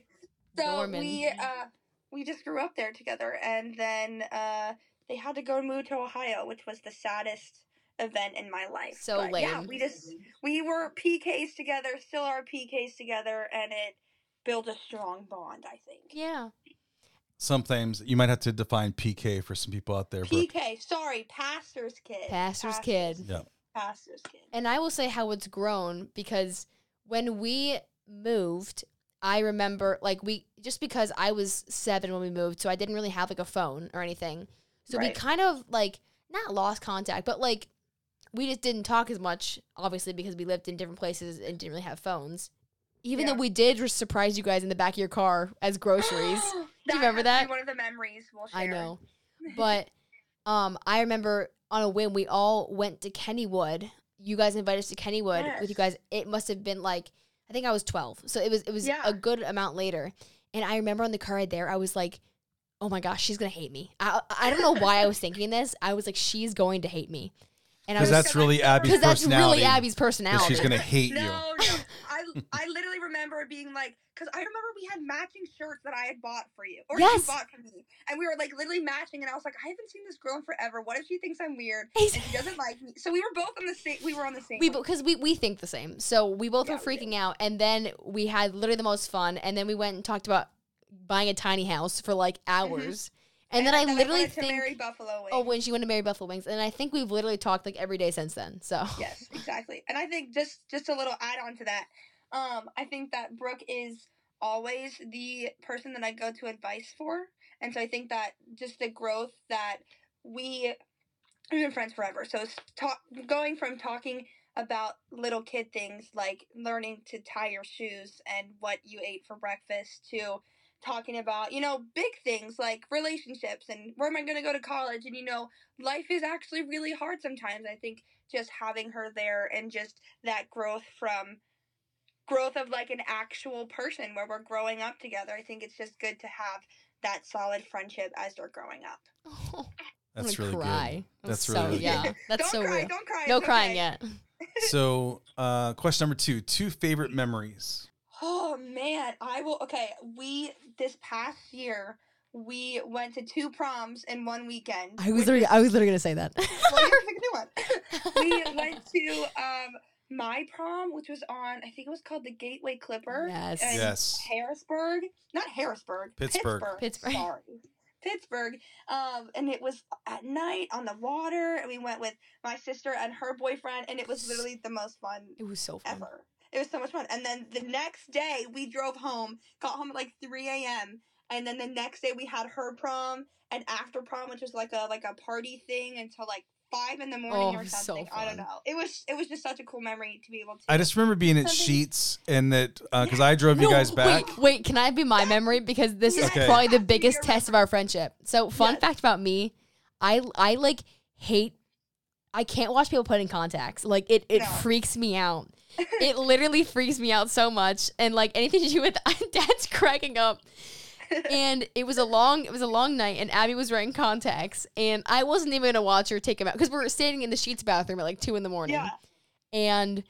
[SPEAKER 3] So
[SPEAKER 2] Norman.
[SPEAKER 3] we uh, we just grew up there together, and then uh, they had to go and move to Ohio, which was the saddest event in my life.
[SPEAKER 2] So
[SPEAKER 3] But Yeah,
[SPEAKER 2] lame.
[SPEAKER 3] we just we were PKs together, still are PKs together, and it built a strong bond. I think.
[SPEAKER 2] Yeah.
[SPEAKER 1] Sometimes you might have to define PK for some people out there. But
[SPEAKER 3] PK. Sorry, pastor's kid.
[SPEAKER 2] Pastor's kid.
[SPEAKER 1] yeah,
[SPEAKER 3] Pastor's kid.
[SPEAKER 2] And I will say how it's grown because when we moved, I remember like we just because I was seven when we moved, so I didn't really have like a phone or anything. So we
[SPEAKER 3] Right.
[SPEAKER 2] kind of like not lost contact, but like we just didn't talk as much, obviously, because we lived in different places and didn't really have phones. Even
[SPEAKER 3] Yeah.
[SPEAKER 2] though we did just surprise you guys in the back of your car as groceries.
[SPEAKER 3] That
[SPEAKER 2] remember
[SPEAKER 3] has to be
[SPEAKER 2] that?
[SPEAKER 3] One of the memories we'll share.
[SPEAKER 2] I know. But um I remember on a whim we all went to Kennywood. You guys invited us to Kennywood with you guys. It must have been like I think I was 12. So it was it was
[SPEAKER 3] Yeah.
[SPEAKER 2] a good amount later. And I remember on the car ride there I was like Oh my gosh, she's gonna hate me. I I don't know why I was thinking this. I was like, she's going to hate me, and I
[SPEAKER 1] because
[SPEAKER 2] was
[SPEAKER 1] that's really Abby's
[SPEAKER 2] because that's
[SPEAKER 1] personality.
[SPEAKER 2] really Abby's
[SPEAKER 1] 'cause
[SPEAKER 2] personality.
[SPEAKER 1] she's gonna hate
[SPEAKER 3] no,
[SPEAKER 1] you.
[SPEAKER 3] no. I I literally remember it being like, because I remember we had matching shirts that I had bought for you, or
[SPEAKER 2] Yes.
[SPEAKER 3] you bought for me, and we were like literally matching. And I was like, I haven't seen this girl in forever. What if she thinks I'm weird?
[SPEAKER 2] Ex-
[SPEAKER 3] She doesn't like me. So we were both on the same. We were on the same.
[SPEAKER 2] we because we we think the same. So we both
[SPEAKER 3] Yeah,
[SPEAKER 2] were
[SPEAKER 3] we do.
[SPEAKER 2] freaking out, and then we had literally the most fun. And then we went and talked about buying a tiny house for like
[SPEAKER 3] Mm-hmm.
[SPEAKER 2] hours. And, then I literally
[SPEAKER 3] wanted to
[SPEAKER 2] think,
[SPEAKER 3] marry Buffalo Wings.
[SPEAKER 2] oh, when she went to marry Buffalo Wings, and I think we've literally talked like every day since then. So
[SPEAKER 3] yes, exactly. And I think just just a little add on to that. Um, I think that Brooke is always the person that I go to advice for, and so I think that just the growth that we we've been friends forever. So s- talk, going from talking about little kid things like learning to tie your shoes and what you ate for breakfast to talking about, you know, big things like relationships and where am I going to go to college? And, you know, life is actually really hard sometimes. I think just having her there and just that growth from growth of like an actual person where we're growing up together, I think it's just good to have that solid friendship as they're growing up.
[SPEAKER 2] Oh, I'm
[SPEAKER 1] That's
[SPEAKER 2] gonna
[SPEAKER 1] really
[SPEAKER 2] cry.
[SPEAKER 1] good. That's
[SPEAKER 2] so,
[SPEAKER 1] really, really
[SPEAKER 2] yeah.
[SPEAKER 1] good.
[SPEAKER 2] That's
[SPEAKER 3] don't
[SPEAKER 2] so
[SPEAKER 3] cry,
[SPEAKER 2] weird.
[SPEAKER 3] don't cry.
[SPEAKER 2] No
[SPEAKER 3] it's
[SPEAKER 2] crying
[SPEAKER 3] okay.
[SPEAKER 2] yet.
[SPEAKER 1] So, uh, question number two: two favorite memories.
[SPEAKER 3] Oh man, I will. Okay, we this past year we went to two proms in one weekend.
[SPEAKER 2] I was
[SPEAKER 3] which
[SPEAKER 2] literally, I was literally gonna say that.
[SPEAKER 3] well, you have to pick a new one. we went to um my prom, which was on I think it was called the Gateway Clipper.
[SPEAKER 2] Yes.
[SPEAKER 3] And
[SPEAKER 1] Yes.
[SPEAKER 3] Harrisburg, not Harrisburg,
[SPEAKER 1] Pittsburgh.
[SPEAKER 2] Pittsburgh.
[SPEAKER 3] Sorry. Pittsburgh. Um, and it was at night on the water, and we went with my sister and her boyfriend, and it was literally the most fun
[SPEAKER 2] it was so fun.
[SPEAKER 3] ever. It was so much fun. And then the next day, we drove home, got home at like 3 a.m. And then the next day, we had her prom and after prom, which was like a like a party thing until like five in the morning
[SPEAKER 2] Oh,
[SPEAKER 3] or
[SPEAKER 2] so
[SPEAKER 3] something. I
[SPEAKER 2] fun.
[SPEAKER 3] don't know. It was it was just such a cool memory to be able to.
[SPEAKER 1] I just remember being at
[SPEAKER 3] Something-
[SPEAKER 1] Sheets and that because I drove you guys back.
[SPEAKER 2] Wait, wait, can I be my memory? Because this is
[SPEAKER 1] Okay.
[SPEAKER 2] probably the
[SPEAKER 3] Yes.
[SPEAKER 2] biggest test of our friendship. So, fun
[SPEAKER 3] Yes.
[SPEAKER 2] fact about me, I I like hate I can't watch people put in contacts. Like it it
[SPEAKER 3] No.
[SPEAKER 2] freaks me out. it literally freaks me out so much. And like anything to do with dad's cracking up. And it was a long it was a long night and Abby was wearing contacts and I wasn't even gonna watch her take them out because we were standing in the sheets bathroom at like two in the morning.
[SPEAKER 3] Yeah.
[SPEAKER 2] And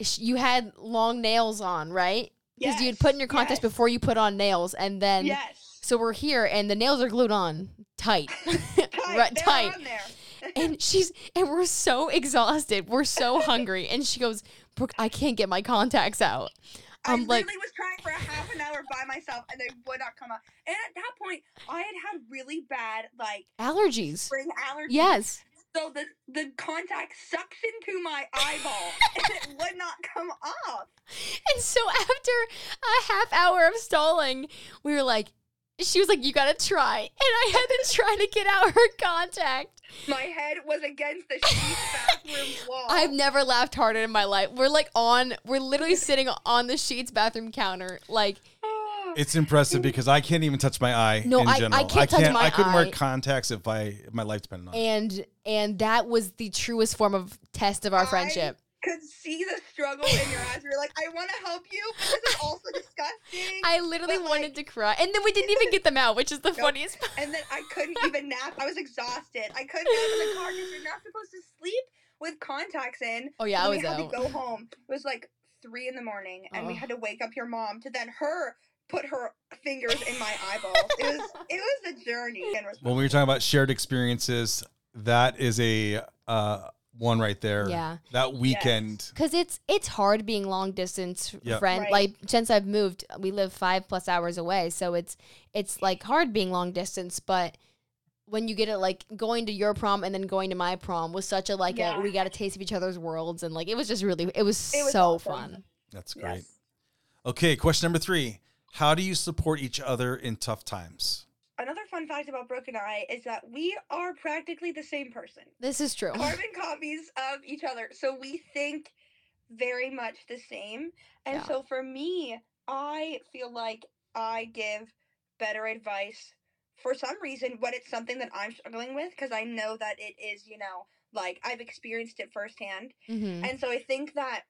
[SPEAKER 2] sh- you had long nails on, right? Because you'd put in your
[SPEAKER 3] Yes,
[SPEAKER 2] contacts
[SPEAKER 3] yes,
[SPEAKER 2] before you put on nails, and then
[SPEAKER 3] Yes.
[SPEAKER 2] so we're here, and the nails are glued on tight,
[SPEAKER 3] Tight.
[SPEAKER 2] right,
[SPEAKER 3] they're
[SPEAKER 2] tight.
[SPEAKER 3] on there.
[SPEAKER 2] And she's and we're so exhausted, we're so hungry, and she goes, "Brooke, I can't get my contacts out."
[SPEAKER 3] i
[SPEAKER 2] I'm Um, like,
[SPEAKER 3] literally was trying for a half an hour by myself, and they would not come out. And at that point, I had had really bad like
[SPEAKER 2] allergies.
[SPEAKER 3] spring allergies.
[SPEAKER 2] Yes,
[SPEAKER 3] So the the contact sucks into my eyeball and it would not come off.
[SPEAKER 2] and so after a half hour of stalling, we were like. She was like, "You gotta try," and I had to try to get out her contact.
[SPEAKER 3] My head was against the sheet bathroom wall.
[SPEAKER 2] I've never laughed harder in my life. We're like on, we're literally sitting on the sheets bathroom counter, like
[SPEAKER 3] Oh,
[SPEAKER 1] It's impressive because I can't even touch my eye.
[SPEAKER 2] No,
[SPEAKER 1] in
[SPEAKER 2] I- I
[SPEAKER 1] general.
[SPEAKER 2] can't touch my
[SPEAKER 1] I couldn't wear
[SPEAKER 2] eye.
[SPEAKER 1] contacts if I if my life depended on it.
[SPEAKER 2] and and that was the truest form of test of our
[SPEAKER 3] I-
[SPEAKER 2] friendship.
[SPEAKER 3] could see the struggle in your eyes. You're like, I want to help you, but this is also disgusting.
[SPEAKER 2] I literally
[SPEAKER 3] but, like-
[SPEAKER 2] wanted to cry, and then we didn't even get them out, which is the funniest part.
[SPEAKER 3] and then I couldn't even nap. I was exhausted. I couldn't nap in the car because you're not supposed to sleep with contacts in.
[SPEAKER 2] Oh yeah, I
[SPEAKER 3] So we
[SPEAKER 2] was
[SPEAKER 3] had
[SPEAKER 2] out.
[SPEAKER 3] to go home. It was like three in the morning, and we
[SPEAKER 2] Ugh.
[SPEAKER 3] had to wake up your mom to then her put her fingers in my eyeballs. it was it was a journey. And was
[SPEAKER 1] When we were talking about shared experiences, that is a uh, one right there.
[SPEAKER 2] Yeah.
[SPEAKER 1] That weekend.
[SPEAKER 2] Cause it's it's hard being long distance
[SPEAKER 1] Yeah.
[SPEAKER 2] friend.
[SPEAKER 3] Right.
[SPEAKER 2] Like since I've moved, we live five plus hours away, so it's it's like hard being long distance. But when you get it, like going to your prom and then going to my prom was such a like
[SPEAKER 3] Yeah.
[SPEAKER 2] a we got a taste of each other's worlds, and like it was just really it was,
[SPEAKER 3] It was
[SPEAKER 2] so
[SPEAKER 3] awesome.
[SPEAKER 2] fun.
[SPEAKER 1] That's
[SPEAKER 3] yes.
[SPEAKER 1] great. Okay, question number three. How do you support each other in tough times?
[SPEAKER 3] Another fun fact about Brooke and I is that we are practically the same person.
[SPEAKER 2] This is true.
[SPEAKER 3] carbon copies of each other. So we think very much the same. And
[SPEAKER 2] Yeah.
[SPEAKER 3] so for me, I feel like I give better advice for some reason when it's something that I'm struggling with because I know that it is, you know, like I've experienced it firsthand.
[SPEAKER 2] hmm
[SPEAKER 3] And so I think that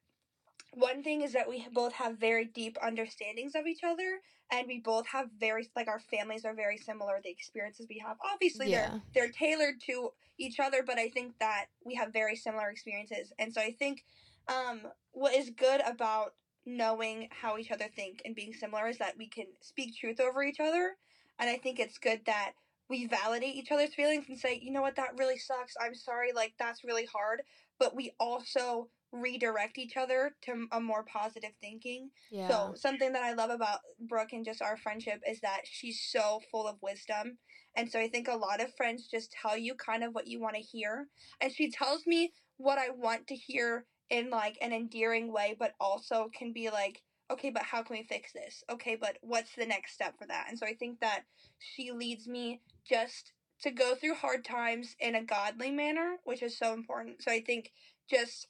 [SPEAKER 3] one thing is that we both have very deep understandings of each other and we both have very like our families are very similar the experiences we have obviously
[SPEAKER 2] Yeah.
[SPEAKER 3] they're they're tailored to each other but i think that we have very similar experiences and so i think um what is good about knowing how each other think and being similar is that we can speak truth over each other and i think it's good that we validate each other's feelings and say you know what that really sucks i'm sorry like that's really hard but we also redirect each other to a more positive thinking
[SPEAKER 2] Yeah.
[SPEAKER 3] so something that I love about Brooke and just our friendship is that she's so full of wisdom. And so I think a lot of friends just tell you kind of what you want to hear. And she tells me what I want to hear in like an endearing way, but also can be like, okay, but how can we fix this? Okay, but what's the next step for that? And so I think that she leads me just to go through hard times in a godly manner, which is so important. So I think just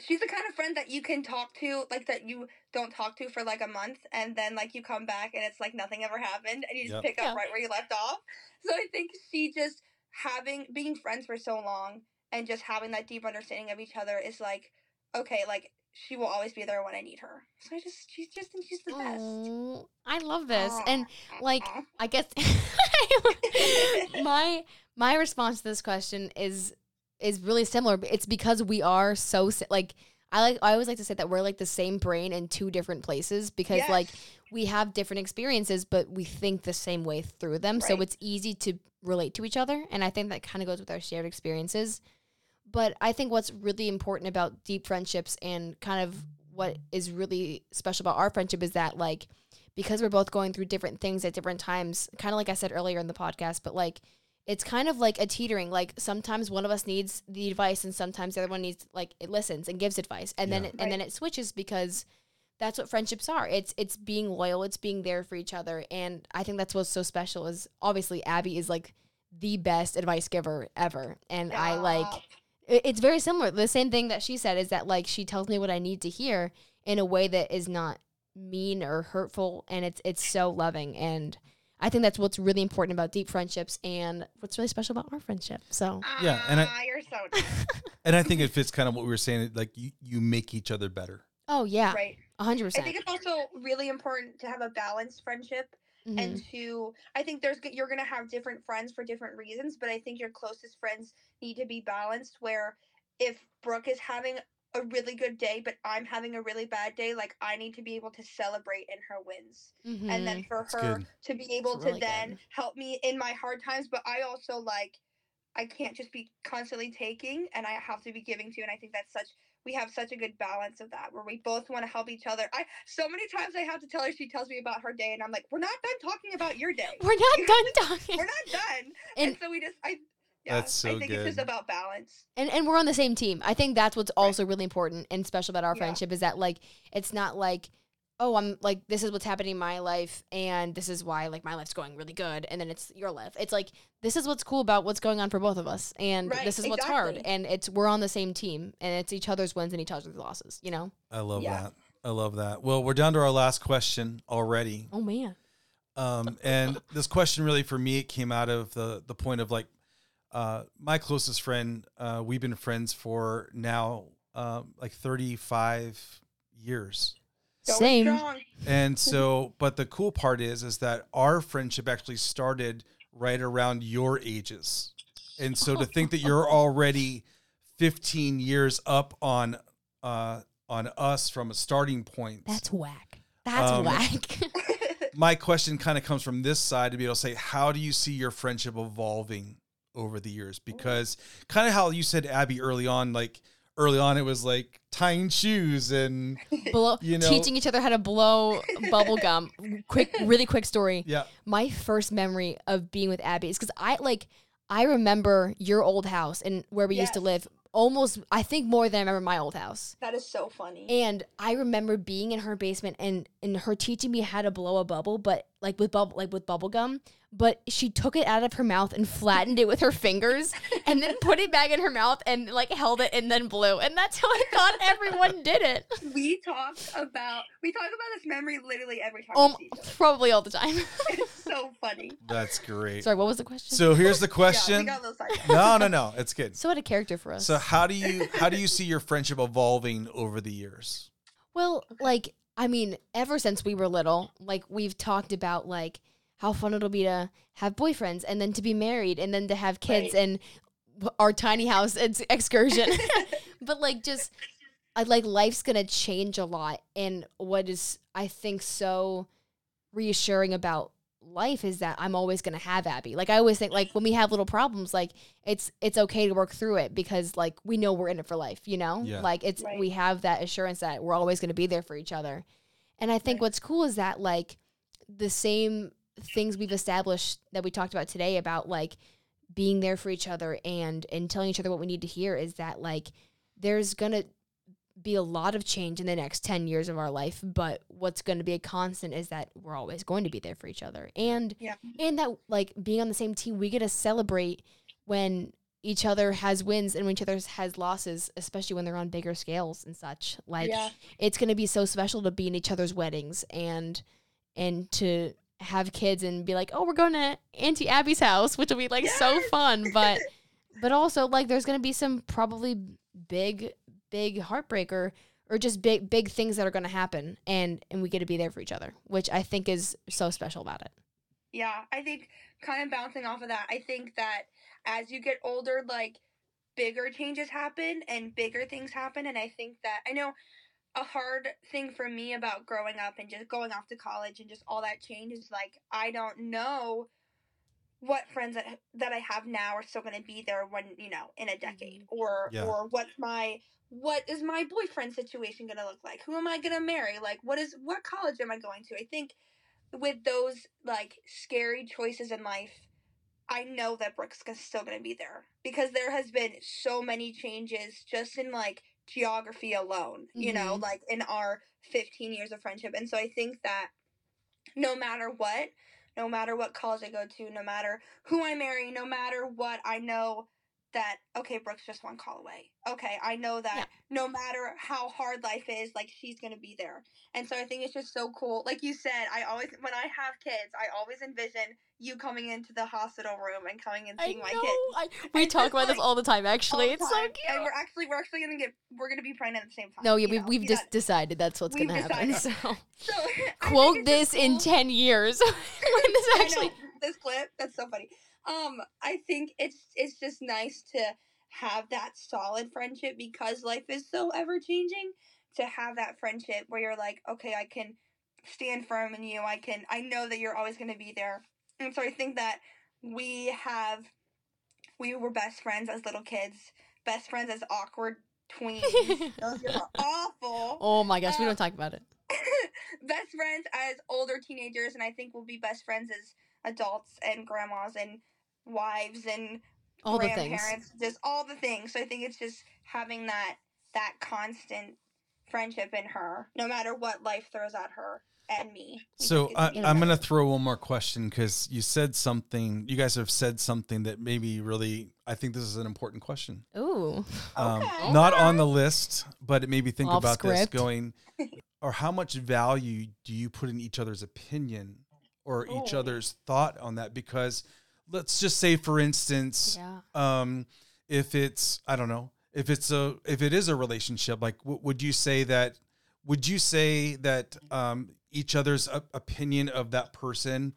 [SPEAKER 3] she's the kind of friend that you can talk to, like that you don't talk to for like a month, and then like you come back and it's like nothing ever happened, and you just
[SPEAKER 1] Yep.
[SPEAKER 3] pick up
[SPEAKER 2] Yeah.
[SPEAKER 3] right where you left off. So I think she just having being friends for so long and just having that deep understanding of each other is like okay, like she will always be there when I need her. So I just she's just and she's the best.
[SPEAKER 2] Aw, I love this. And like
[SPEAKER 3] Aw.
[SPEAKER 2] I guess my my response to this question is is really similar. but It's because we are so si- like I like I always like to say that we're like the same brain in two different places because
[SPEAKER 3] Yes.
[SPEAKER 2] like we have different experiences but we think the same way through them. So
[SPEAKER 3] Right.
[SPEAKER 2] it's easy to relate to each other and I think that kind of goes with our shared experiences. But I think what's really important about deep friendships and kind of what is really special about our friendship is that like because we're both going through different things at different times, kind of like I said earlier in the podcast, but like it's kind of like a teetering. Like sometimes one of us needs the advice and sometimes the other one needs like it listens and gives advice. And then
[SPEAKER 1] Yeah.
[SPEAKER 2] it, and then it switches because that's what friendships are. It's it's being loyal, it's being there for each other. And I think that's what's so special is obviously Abby is like the best advice giver ever. And I like
[SPEAKER 3] Stop.
[SPEAKER 2] it- it's very similar. The same thing that she said is that like she tells me what I need to hear in a way that is not mean or hurtful, and it's it's so loving. And I think that's what's really important about deep friendships and what's really special about our friendship. So
[SPEAKER 1] Yeah, and I-
[SPEAKER 3] Ah, you're so nice.
[SPEAKER 1] And I think it fits kind of what we were saying. Like you, you make each other better.
[SPEAKER 2] oh yeah,
[SPEAKER 3] right.
[SPEAKER 2] a hundred
[SPEAKER 3] I think
[SPEAKER 2] percent.
[SPEAKER 3] it's also really important to have a balanced friendship
[SPEAKER 2] Mhm.
[SPEAKER 3] and to I think there's g- you're gonna have different friends for different reasons, but I think your closest friends need to be balanced. Where if Brooke is having a really good day, but I'm having a really bad day, like I need to be able to celebrate in her wins, and
[SPEAKER 2] Mm,
[SPEAKER 3] then for
[SPEAKER 1] That's
[SPEAKER 3] her
[SPEAKER 1] good.
[SPEAKER 3] to be able
[SPEAKER 2] That's
[SPEAKER 3] to
[SPEAKER 2] really
[SPEAKER 3] then
[SPEAKER 2] good.
[SPEAKER 3] help me in my hard times. But I also like I can't just be constantly taking, and I have to be giving too. And I think that's such we have such a good balance of that where we both want to help each other. I so many times I have to tell her she tells me about her day and I'm like, "We're not done talking about your day.
[SPEAKER 2] Mm-hmm. We're not done talking.
[SPEAKER 3] We're not done." And,
[SPEAKER 2] And-
[SPEAKER 3] so we just I yeah,
[SPEAKER 1] That's so
[SPEAKER 3] I think it's just
[SPEAKER 1] good.
[SPEAKER 3] about balance.
[SPEAKER 2] and and we're on the same team. I think that's what's
[SPEAKER 3] Right.
[SPEAKER 2] also really important and special about our
[SPEAKER 3] Yeah.
[SPEAKER 2] friendship is that like it's not like oh I'm like this is what's happening in my life and this is why like my life's going really good and then it's your life. It's like this is what's cool about what's going on for both of us and
[SPEAKER 3] Right,
[SPEAKER 2] this is what's hard
[SPEAKER 3] exactly.
[SPEAKER 2] and it's we're on the same team and it's each other's wins and each other's losses. You know.
[SPEAKER 1] I love
[SPEAKER 3] Yeah.
[SPEAKER 1] that. I love that. Well, we're down to our last question already.
[SPEAKER 2] Oh man.
[SPEAKER 1] Um, and this question really for me, it came out of the the point of like uh, my closest friend. Uh, we've been friends for now um, like thirty five years,
[SPEAKER 3] Going
[SPEAKER 2] Same.
[SPEAKER 3] strong.
[SPEAKER 1] and so. But the cool part is, is that our friendship actually started right around your ages, and so to think that you're already fifteen years up on uh, on us from a starting point.
[SPEAKER 2] That's whack. That's
[SPEAKER 1] Um,
[SPEAKER 2] whack.
[SPEAKER 1] my question kind of comes from this side to be able to say, how do you see your friendship evolving over the years? Because kind of how you said Abby early on, like early on, it was like tying shoes and
[SPEAKER 2] blow
[SPEAKER 1] you know-
[SPEAKER 2] teaching each other how to blow bubble gum. quick really quick story.
[SPEAKER 1] yeah,
[SPEAKER 2] my first memory of being with Abby is because I like I remember your old house and where we used to
[SPEAKER 3] Yes.
[SPEAKER 2] live almost I think more than I remember my old house.
[SPEAKER 3] That is so funny.
[SPEAKER 2] And I remember being in her basement and and her teaching me how to blow a bubble, but like with bubble like with bubble gum. But she took it out of her mouth and flattened it with her fingers, and then put it back in her mouth and like held it and then blew. And that's how I thought everyone did it.
[SPEAKER 3] we talked about we talk about this memory literally every time
[SPEAKER 2] Um,
[SPEAKER 3] we see each other.
[SPEAKER 2] probably all the time.
[SPEAKER 3] It's so funny.
[SPEAKER 1] that's great.
[SPEAKER 2] Sorry, what was the question?
[SPEAKER 1] So here's the
[SPEAKER 3] Yeah, we
[SPEAKER 1] question.
[SPEAKER 3] got a little sidetracked.
[SPEAKER 1] no, no, no, it's good.
[SPEAKER 2] so what a character for us.
[SPEAKER 1] So how do you how do you see your friendship evolving over the years?
[SPEAKER 2] Well, like I mean, ever since we were little, like we've talked about like how fun it'll be to have boyfriends and then to be married and then to have kids
[SPEAKER 3] Right.
[SPEAKER 2] and w- our tiny house ex- excursion. but like just I like life's going to change a lot and what is I think so reassuring about life is that I'm always going to have Abby. Like I always think like when we have little problems like it's it's okay to work through it because like we know we're in it for life, you know?
[SPEAKER 1] Yeah.
[SPEAKER 2] Like it's
[SPEAKER 3] Right.
[SPEAKER 2] we have that assurance that we're always going to be there for each other. And I think
[SPEAKER 3] Right.
[SPEAKER 2] what's cool is that like the same things we've established that we talked about today about like being there for each other and and telling each other what we need to hear is that like there's going to be a lot of change in the next 10 years of our life but what's going to be a constant is that we're always going to be there for each other and
[SPEAKER 3] Yeah.
[SPEAKER 2] and that like being on the same team we get to celebrate when each other has wins and when each other has losses, especially when they're on bigger scales and such. Like
[SPEAKER 3] Yeah.
[SPEAKER 2] it's gonna be so special to be in each other's weddings and and to have kids and be like, oh, we're going to Auntie Abby's house, which will be like so
[SPEAKER 3] Yes!
[SPEAKER 2] fun, but but also like there's gonna be some probably big big heartbreaker or just big big things that are gonna happen and and we get to be there for each other which i think is so special about it
[SPEAKER 3] Yeah, I think kind of bouncing off of that, I think that as you get older, like bigger changes happen and bigger things happen. And I think that I know a hard thing for me about growing up and just going off to college and just all that change is like I don't know what friends that that I have now are still going to be there when you know in a decade or
[SPEAKER 1] Yeah.
[SPEAKER 3] or what's my what is my boyfriend situation going to look like who am I going to marry like what is what college am I going to I think with those like scary choices in life I know that Brooke's gonna- still going to be there because there has been so many changes just in like geography alone, you know,
[SPEAKER 2] Mhm.
[SPEAKER 3] like in our 15 years of friendship. And so I think that no matter what, no matter what college I go to, no matter who I marry, no matter what, I know that okay, Brooke's just one call away. Okay, I know that
[SPEAKER 2] Yeah.
[SPEAKER 3] no matter how hard life is, like she's going to be there. And so I think it's just so cool. Like you said, I always when I have kids, I always envision you coming into the hospital room and coming and seeing my kids.
[SPEAKER 2] we
[SPEAKER 3] It's
[SPEAKER 2] talk
[SPEAKER 3] just
[SPEAKER 2] about this
[SPEAKER 3] like
[SPEAKER 2] all the time
[SPEAKER 3] all
[SPEAKER 2] actually
[SPEAKER 3] the
[SPEAKER 2] it's so
[SPEAKER 3] time.
[SPEAKER 2] cute
[SPEAKER 3] And we're actually we're actually gonna get we're gonna be pregnant at the same time.
[SPEAKER 2] no yeah
[SPEAKER 3] you
[SPEAKER 2] we've,
[SPEAKER 3] know,
[SPEAKER 2] we've
[SPEAKER 3] you
[SPEAKER 2] just
[SPEAKER 3] got-
[SPEAKER 2] decided that's what's
[SPEAKER 3] We've
[SPEAKER 2] gonna happen so
[SPEAKER 3] decided. So, I think
[SPEAKER 2] quote
[SPEAKER 3] it's just
[SPEAKER 2] this in
[SPEAKER 3] cool.
[SPEAKER 2] 10 years when this
[SPEAKER 3] I
[SPEAKER 2] actually
[SPEAKER 3] know, this clip that's so funny um i think it's it's just nice to have that solid friendship because life is so ever changing to have that friendship where you're like okay i can stand firm in you i can i know that you're always going to be there and so i think that we have we were best friends as little kids best friends as awkward tweens those are awful
[SPEAKER 2] oh my gosh we
[SPEAKER 3] Uh,
[SPEAKER 2] don't talk about it
[SPEAKER 3] best friends as older teenagers, and I think we'll be best friends as adults and grandmas and wives and
[SPEAKER 2] all the things
[SPEAKER 3] grandparents, just all the things. So I think it's just having that that constant friendship in her, no matter what life throws at her and me. We
[SPEAKER 1] So uh,
[SPEAKER 3] think it's
[SPEAKER 1] I,
[SPEAKER 3] gonna be
[SPEAKER 1] I'm
[SPEAKER 3] better.
[SPEAKER 1] going to throw one more question because you said something. You guys have said something that maybe really. I think this is an important question.
[SPEAKER 2] ooh
[SPEAKER 1] Um,
[SPEAKER 3] Okay.
[SPEAKER 1] Not on the list, but it made me think
[SPEAKER 2] Off
[SPEAKER 1] about
[SPEAKER 2] script.
[SPEAKER 1] this going. Or how much value do you put in each other's opinion or each
[SPEAKER 3] Oh.
[SPEAKER 1] other's thought on that? Because let's just say, for instance,
[SPEAKER 2] yeah
[SPEAKER 1] um if it's i don't know if it's a if it is a relationship like w- would you say that would you say that um each other's o- opinion of that person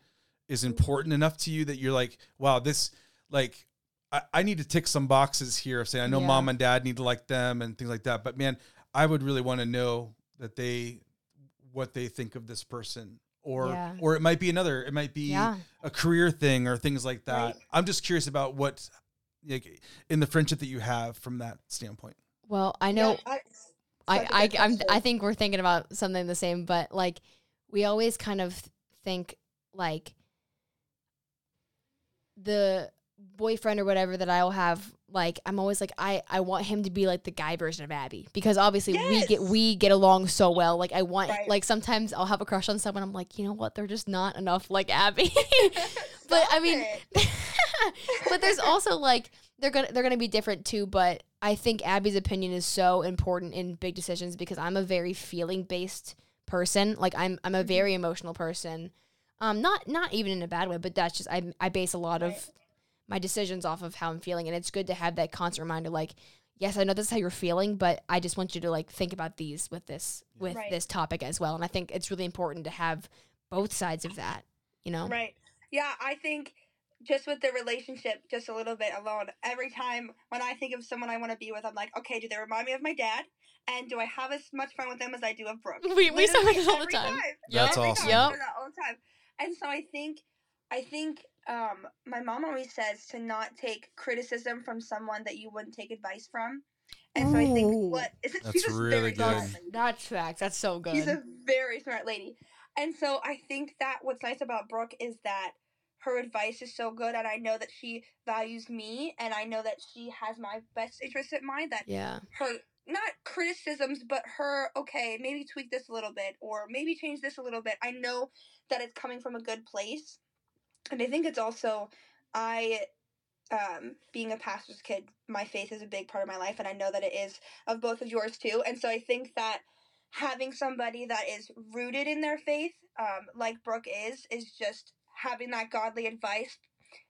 [SPEAKER 1] is important enough to you that you're like wow this like i, I need to tick some boxes here of saying i know
[SPEAKER 2] Yeah.
[SPEAKER 1] mom and dad need to like them and things like that but man i would really want to know that they what they think of this person or
[SPEAKER 2] Yeah.
[SPEAKER 1] or it might be another it might be
[SPEAKER 2] yeah
[SPEAKER 1] a career thing or things like that.
[SPEAKER 3] Right.
[SPEAKER 1] I'm just curious about what like in the friendship that you have from that standpoint.
[SPEAKER 2] well i know
[SPEAKER 3] Yeah, I, such a
[SPEAKER 2] I,
[SPEAKER 3] good
[SPEAKER 2] I, I'm, I
[SPEAKER 3] question.
[SPEAKER 2] think we're thinking about something the same, but like we always kind of think like the boyfriend or whatever that I'll have, like I'm always like I, I want him to be like the guy version of Abby because obviously we get
[SPEAKER 3] Yes.
[SPEAKER 2] we get along so well. Like I want
[SPEAKER 3] Right.
[SPEAKER 2] like sometimes I'll have a crush on someone. I'm like you know what they're just not enough like Abby. but
[SPEAKER 3] Stop
[SPEAKER 2] I mean,
[SPEAKER 3] it.
[SPEAKER 2] but there's also like they're gonna they're gonna be different too. But I think Abby's opinion is so important in big decisions because I'm a very feeling based person. Like I'm I'm a
[SPEAKER 3] Mhm.
[SPEAKER 2] very emotional person. Um, not not even in a bad way, but that's just I I base a lot of
[SPEAKER 3] Right.
[SPEAKER 2] my decisions off of how I'm feeling, and it's good to have that constant reminder. Like, yes, I know this is how you're feeling, but I just want you to like think about these with this with
[SPEAKER 3] Right.
[SPEAKER 2] this topic as well. And I think it's really important to have both sides of that. You know,
[SPEAKER 3] Right. Yeah, I think just with the relationship, just a little bit alone, every time when I think of someone I want to be with, I'm like, okay, do they remind me of my dad? And do I have as much fun with them as I do with Brooke?
[SPEAKER 2] we we say
[SPEAKER 3] Literally
[SPEAKER 2] that all the
[SPEAKER 3] every
[SPEAKER 2] time.
[SPEAKER 1] That's
[SPEAKER 3] Every
[SPEAKER 1] awesome.
[SPEAKER 3] time I
[SPEAKER 2] Yep.
[SPEAKER 3] do that all the time. And so I think, I think um, my mom always says to not take criticism from someone that you wouldn't take advice from. And so I
[SPEAKER 2] Ooh.
[SPEAKER 3] think what is it?
[SPEAKER 1] That's
[SPEAKER 3] she's just
[SPEAKER 1] really
[SPEAKER 3] very
[SPEAKER 1] good.
[SPEAKER 3] smart.
[SPEAKER 2] That's facts. That's so good.
[SPEAKER 3] She's a very smart lady. And so I think that what's nice about Brooke is that her advice is so good and I know that she values me and I know that she has my best interest in mind that
[SPEAKER 2] yeah.
[SPEAKER 3] her not criticisms but her okay maybe tweak this a little bit or maybe change this a little bit i know that it's coming from a good place and i think it's also i um, being a pastor's kid, my faith is a big part of my life, and I know that it is of both of yours too. And so I think that having somebody that is rooted in their faith, um, like Brooke is, is just having that godly advice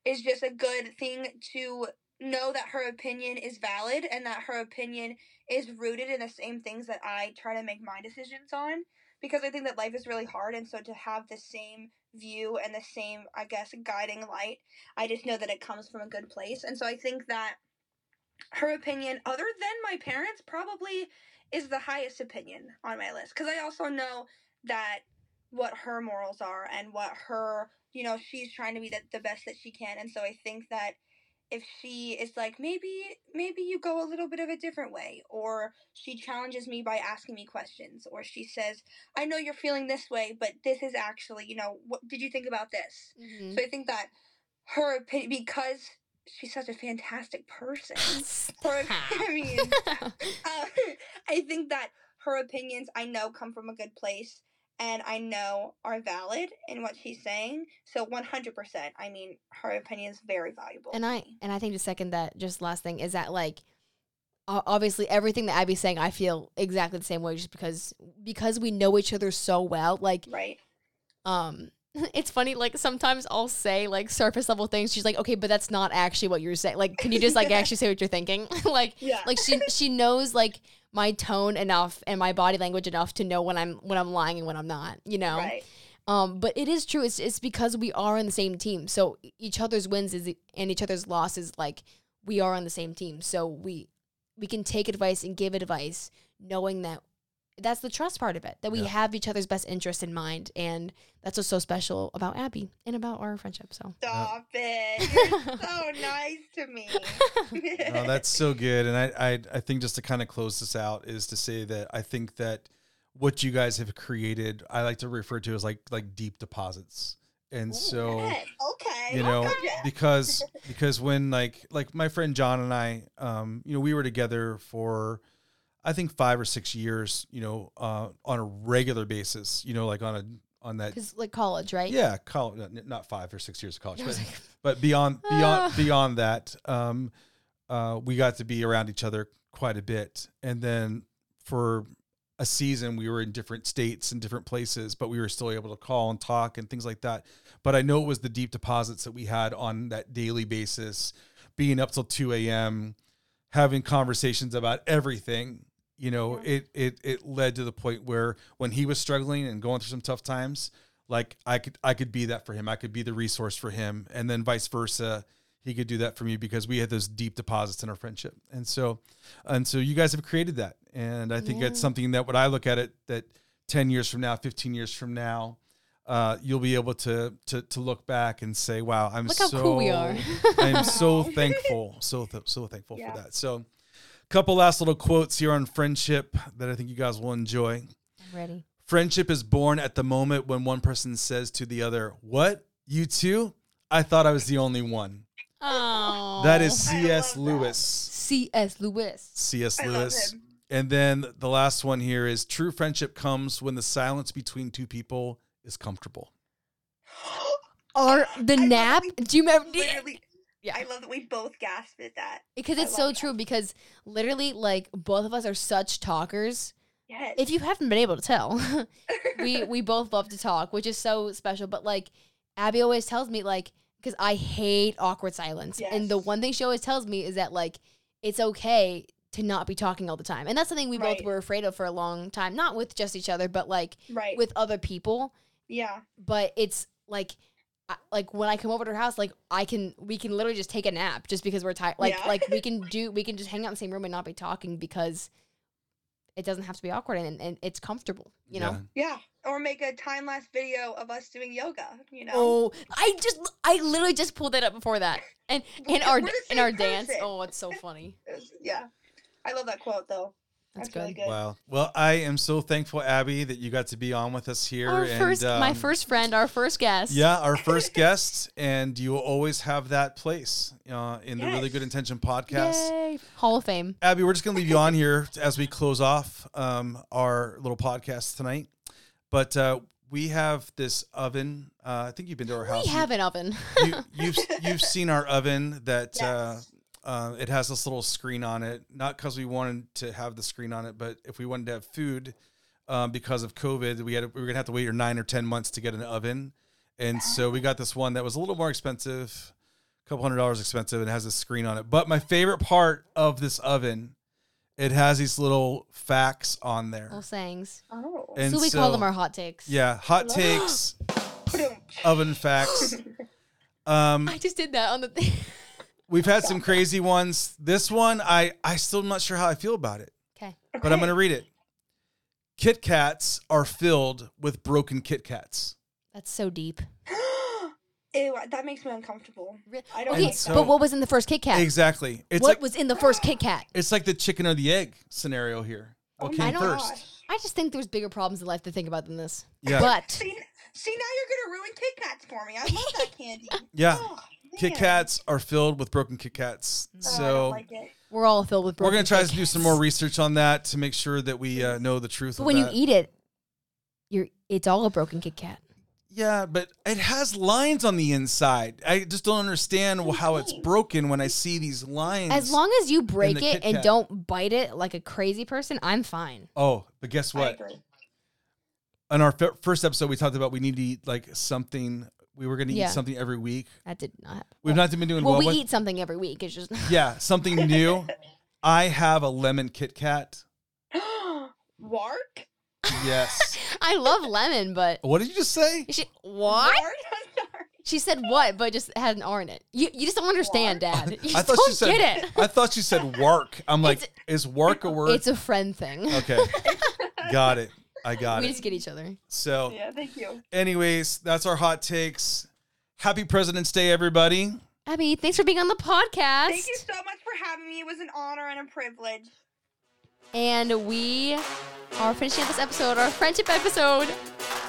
[SPEAKER 3] is just a good thing to know that her opinion is valid and that her opinion is rooted in the same things that I try to make my decisions on because I think that life is really hard and so to have the same view and the same I guess guiding light I just know that it comes from a good place and so I think that her opinion other than my parents probably is the highest opinion on my list cuz I also know that what her morals are and what her you know she's trying to be the, the best that she can and so I think that if she is like maybe maybe you go a little bit of a different way or she challenges me by asking me questions or she says i know you're feeling this way but this is actually you know what did you think about this
[SPEAKER 2] Mhm.
[SPEAKER 3] so i think that her opinion because she's such a fantastic person her, i mean uh, i think that her opinions i know come from a good place and i know are valid in what she's saying so 100% i mean her opinion is very valuable
[SPEAKER 2] and
[SPEAKER 3] to
[SPEAKER 2] I
[SPEAKER 3] me.
[SPEAKER 2] and I think to second that, just last thing is that like o- obviously everything that Abby's saying, I feel exactly the same way just because because we know each other so well. Like
[SPEAKER 3] Right.
[SPEAKER 2] um it's funny like sometimes I'll say like surface level things. She's like, "Okay, but that's not actually what you're saying. Like, can you just like actually say what you're thinking?" like
[SPEAKER 3] Yeah.
[SPEAKER 2] like she she knows like my tone enough and my body language enough to know when I'm when I'm lying and when I'm not, you know.
[SPEAKER 3] right.
[SPEAKER 2] Um, but it is true. It's it's because we are on the same team. So e, each other's wins is and each other's losses. Like we are on the same team. So we we can take advice and give advice, knowing that that's the trust part of it. That we
[SPEAKER 1] Yeah.
[SPEAKER 2] have each other's best interest in mind, and that's what's so special about Abby and about our friendship. So
[SPEAKER 3] Stop it. You're so nice to me.
[SPEAKER 1] No, Oh, that's so good. And I, I, I think just to kind of close this out is to say that I think that what you guys have created, I like to refer to as like like deep deposits. And so
[SPEAKER 3] Yes, okay.
[SPEAKER 1] you know
[SPEAKER 3] okay.
[SPEAKER 1] because because when like like my friend john and i um you know we were together for i think five or six years you know uh on a regular basis you know like on a on that
[SPEAKER 2] because like college, right?
[SPEAKER 1] yeah college not five or six years of college
[SPEAKER 2] I
[SPEAKER 1] but,
[SPEAKER 2] was like,
[SPEAKER 1] but beyond beyond
[SPEAKER 2] Ah.
[SPEAKER 1] beyond that um uh we got to be around each other quite a bit and then for a season we were in different states and different places but we were still able to call and talk and things like that but i know it was the deep deposits that we had on that daily basis being up till 2 a.m having conversations about everything you know it it it led to the point where when he was struggling and going through some tough times like i could i could be that for him i could be the resource for him and then vice versa he could do that for me because we had those deep deposits in our friendship and so and so you guys have created that and i think that's
[SPEAKER 2] Yeah.
[SPEAKER 1] something that when i look at it that 10 years from now 15 years from now uh, you'll be able to to to look back and say wow i'm
[SPEAKER 2] Look
[SPEAKER 1] so
[SPEAKER 2] how cool we are.
[SPEAKER 1] i'm so
[SPEAKER 3] Aw.
[SPEAKER 1] thankful so th- so thankful
[SPEAKER 3] Yeah.
[SPEAKER 1] for that so couple last little quotes here on friendship that i think you guys will enjoy
[SPEAKER 2] I'm ready.
[SPEAKER 1] Friendship is born at the moment when one person says to the other, What? You too? I thought I was the only one.
[SPEAKER 2] Oh,
[SPEAKER 1] That is
[SPEAKER 3] I
[SPEAKER 1] C.S.
[SPEAKER 3] love that.
[SPEAKER 1] Lewis.
[SPEAKER 2] C.S. Lewis.
[SPEAKER 1] C.S.
[SPEAKER 3] I love
[SPEAKER 1] Lewis.
[SPEAKER 3] him.
[SPEAKER 1] And then the last one here is true friendship comes when the silence between two people is comfortable.
[SPEAKER 2] Or the
[SPEAKER 3] I love
[SPEAKER 2] nap?
[SPEAKER 3] that
[SPEAKER 2] Do you remember?
[SPEAKER 3] Literally,
[SPEAKER 2] Yeah.
[SPEAKER 3] I love that we both gasped at that.
[SPEAKER 2] Because
[SPEAKER 3] I
[SPEAKER 2] it's so
[SPEAKER 3] love that.
[SPEAKER 2] true. Because literally, like both of us are such talkers.
[SPEAKER 3] Yes.
[SPEAKER 2] If you haven't been able to tell, we we both love to talk, which is so special. But like Abby always tells me, like because I hate awkward silence, and the
[SPEAKER 3] Yes.
[SPEAKER 2] one thing she always tells me is that like it's okay to not be talking all the time, and that's something we
[SPEAKER 3] Right.
[SPEAKER 2] both were afraid of for a long time. Not with just each other, but like
[SPEAKER 3] right.
[SPEAKER 2] with other people
[SPEAKER 3] yeah.
[SPEAKER 2] but it's like I- like when I come over to her house, like I can we can literally just take a nap just because we're tired. Like
[SPEAKER 3] Yeah.
[SPEAKER 2] like we can do we can just hang out in the same room and not be talking because it doesn't have to be awkward and, and it's comfortable, you know.
[SPEAKER 3] Yeah. Or make a time lapse video of us doing yoga, you know?
[SPEAKER 2] Oh, I just I literally just pulled that up before that and and our
[SPEAKER 3] We're the
[SPEAKER 2] and
[SPEAKER 3] same
[SPEAKER 2] our dance.
[SPEAKER 3] person.
[SPEAKER 2] Oh, it's so funny.
[SPEAKER 3] It was- yeah. I love that quote, though.
[SPEAKER 2] That's,
[SPEAKER 3] really
[SPEAKER 2] good.
[SPEAKER 3] good.
[SPEAKER 1] Wow. Well, I am so thankful, Abby, that you got to be on with us here.
[SPEAKER 3] Oh,
[SPEAKER 2] Our
[SPEAKER 1] and,
[SPEAKER 2] first, my
[SPEAKER 1] um,
[SPEAKER 2] first friend, our first guest.
[SPEAKER 1] Yeah, our first guest, and you will always have that place uh, in the Really
[SPEAKER 3] Yes.
[SPEAKER 1] Good Intention podcast.
[SPEAKER 2] Yay! Hall of Fame.
[SPEAKER 1] Abby, we're just going to leave you on here as we close off um, our little podcast tonight. But uh, we have this oven. Uh, I think you've been to our house.
[SPEAKER 2] We have an oven.
[SPEAKER 1] You, you've you've seen our oven that uh,
[SPEAKER 3] Yes.
[SPEAKER 1] uh, it has this little screen on it. Not because we wanted to have the screen on it, but if we wanted to have food, um, because of COVID, we had we were gonna have to wait or nine or ten months to get an oven, and so we got this one that was a little more expensive, a couple hundred dollars expensive, and it has a screen on it. But my favorite part of this oven, it has these little facts on there,
[SPEAKER 2] Little sayings.
[SPEAKER 3] Oh.
[SPEAKER 1] and
[SPEAKER 2] so we call them our hot takes.
[SPEAKER 1] yeah hot takes, oven facts. Um,
[SPEAKER 2] I just did that on the thing.
[SPEAKER 1] We've had some crazy ones. This one, I I still am not sure how I feel about it,
[SPEAKER 2] Okay.
[SPEAKER 1] but I'm gonna read it. Kit Kats are filled with broken Kit Kats.
[SPEAKER 2] That's so deep.
[SPEAKER 3] Ew, that makes me uncomfortable.
[SPEAKER 2] Re-
[SPEAKER 3] I don't
[SPEAKER 2] Okay,
[SPEAKER 1] like that.
[SPEAKER 2] but what was in the first Kit Kat?
[SPEAKER 1] Exactly. It's
[SPEAKER 2] what
[SPEAKER 1] like
[SPEAKER 2] was in the first Kit Kat?
[SPEAKER 1] it's like the chicken or the egg scenario here. What
[SPEAKER 3] Oh my
[SPEAKER 1] came
[SPEAKER 2] gosh.
[SPEAKER 1] first?
[SPEAKER 2] I just think there's bigger problems in life to think about than this.
[SPEAKER 1] Yeah.
[SPEAKER 2] But
[SPEAKER 3] See, see, now you're gonna ruin Kit Kats for me. I love that candy.
[SPEAKER 1] Yeah.
[SPEAKER 3] Oh,
[SPEAKER 1] Kit
[SPEAKER 3] man.
[SPEAKER 1] Kats are filled with broken Kit Kats.
[SPEAKER 3] Oh, I don't
[SPEAKER 1] So
[SPEAKER 3] like it.
[SPEAKER 2] we're all filled with
[SPEAKER 1] we're
[SPEAKER 2] broken
[SPEAKER 1] gonna try
[SPEAKER 2] Kit
[SPEAKER 1] to do some
[SPEAKER 2] Kats.
[SPEAKER 1] more research on that to make sure that we uh, know the truth.
[SPEAKER 2] But
[SPEAKER 1] of
[SPEAKER 2] when you
[SPEAKER 1] that.
[SPEAKER 2] eat it, you're it's all a broken Kit Kat.
[SPEAKER 1] Yeah, but it has lines on the inside. I just don't understand how it's broken when I see these lines.
[SPEAKER 2] As long as you break
[SPEAKER 1] the
[SPEAKER 2] it
[SPEAKER 1] Kit
[SPEAKER 2] and
[SPEAKER 1] Kat.
[SPEAKER 2] don't bite it like a crazy person, I'm fine.
[SPEAKER 1] oh, but guess
[SPEAKER 3] I
[SPEAKER 1] what?
[SPEAKER 3] agree.
[SPEAKER 1] On our fir- first episode, we talked about we need to eat like something. We were going to
[SPEAKER 2] Yeah.
[SPEAKER 1] eat something every week.
[SPEAKER 2] That did not happen.
[SPEAKER 1] We've not been doing
[SPEAKER 2] Well,
[SPEAKER 1] well.
[SPEAKER 2] we
[SPEAKER 1] with-
[SPEAKER 2] eat something every week. It's just
[SPEAKER 1] yeah, something new. I have a lemon Kit Kat.
[SPEAKER 3] Wark?
[SPEAKER 1] Yes.
[SPEAKER 2] I love lemon, but
[SPEAKER 1] what did you just say?
[SPEAKER 2] she what?
[SPEAKER 3] Wark? I'm sorry.
[SPEAKER 2] She said what, but just had an R in it. You you just don't understand, Dad. You
[SPEAKER 1] I
[SPEAKER 2] just
[SPEAKER 1] thought
[SPEAKER 2] don't
[SPEAKER 1] she said.
[SPEAKER 2] get it.
[SPEAKER 1] I thought she said work. I'm like,
[SPEAKER 2] It's-
[SPEAKER 1] is work a word?
[SPEAKER 2] It's a friend thing.
[SPEAKER 1] okay, got it. I got
[SPEAKER 2] we
[SPEAKER 1] it.
[SPEAKER 2] just get each other.
[SPEAKER 1] So
[SPEAKER 3] Yeah, thank you.
[SPEAKER 1] anyways, that's our hot takes. Happy President's Day, everybody.
[SPEAKER 2] Abby, thanks for being on the podcast.
[SPEAKER 3] Thank you so much for having me. It was an honor and a privilege.
[SPEAKER 2] And we are finishing up this episode, our friendship episode.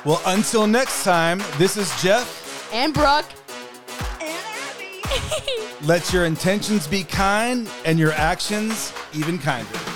[SPEAKER 1] Well, until next time, this is Jeff.
[SPEAKER 2] And Brooke.
[SPEAKER 3] And Abby!
[SPEAKER 1] Let your intentions be kind and your actions even kinder.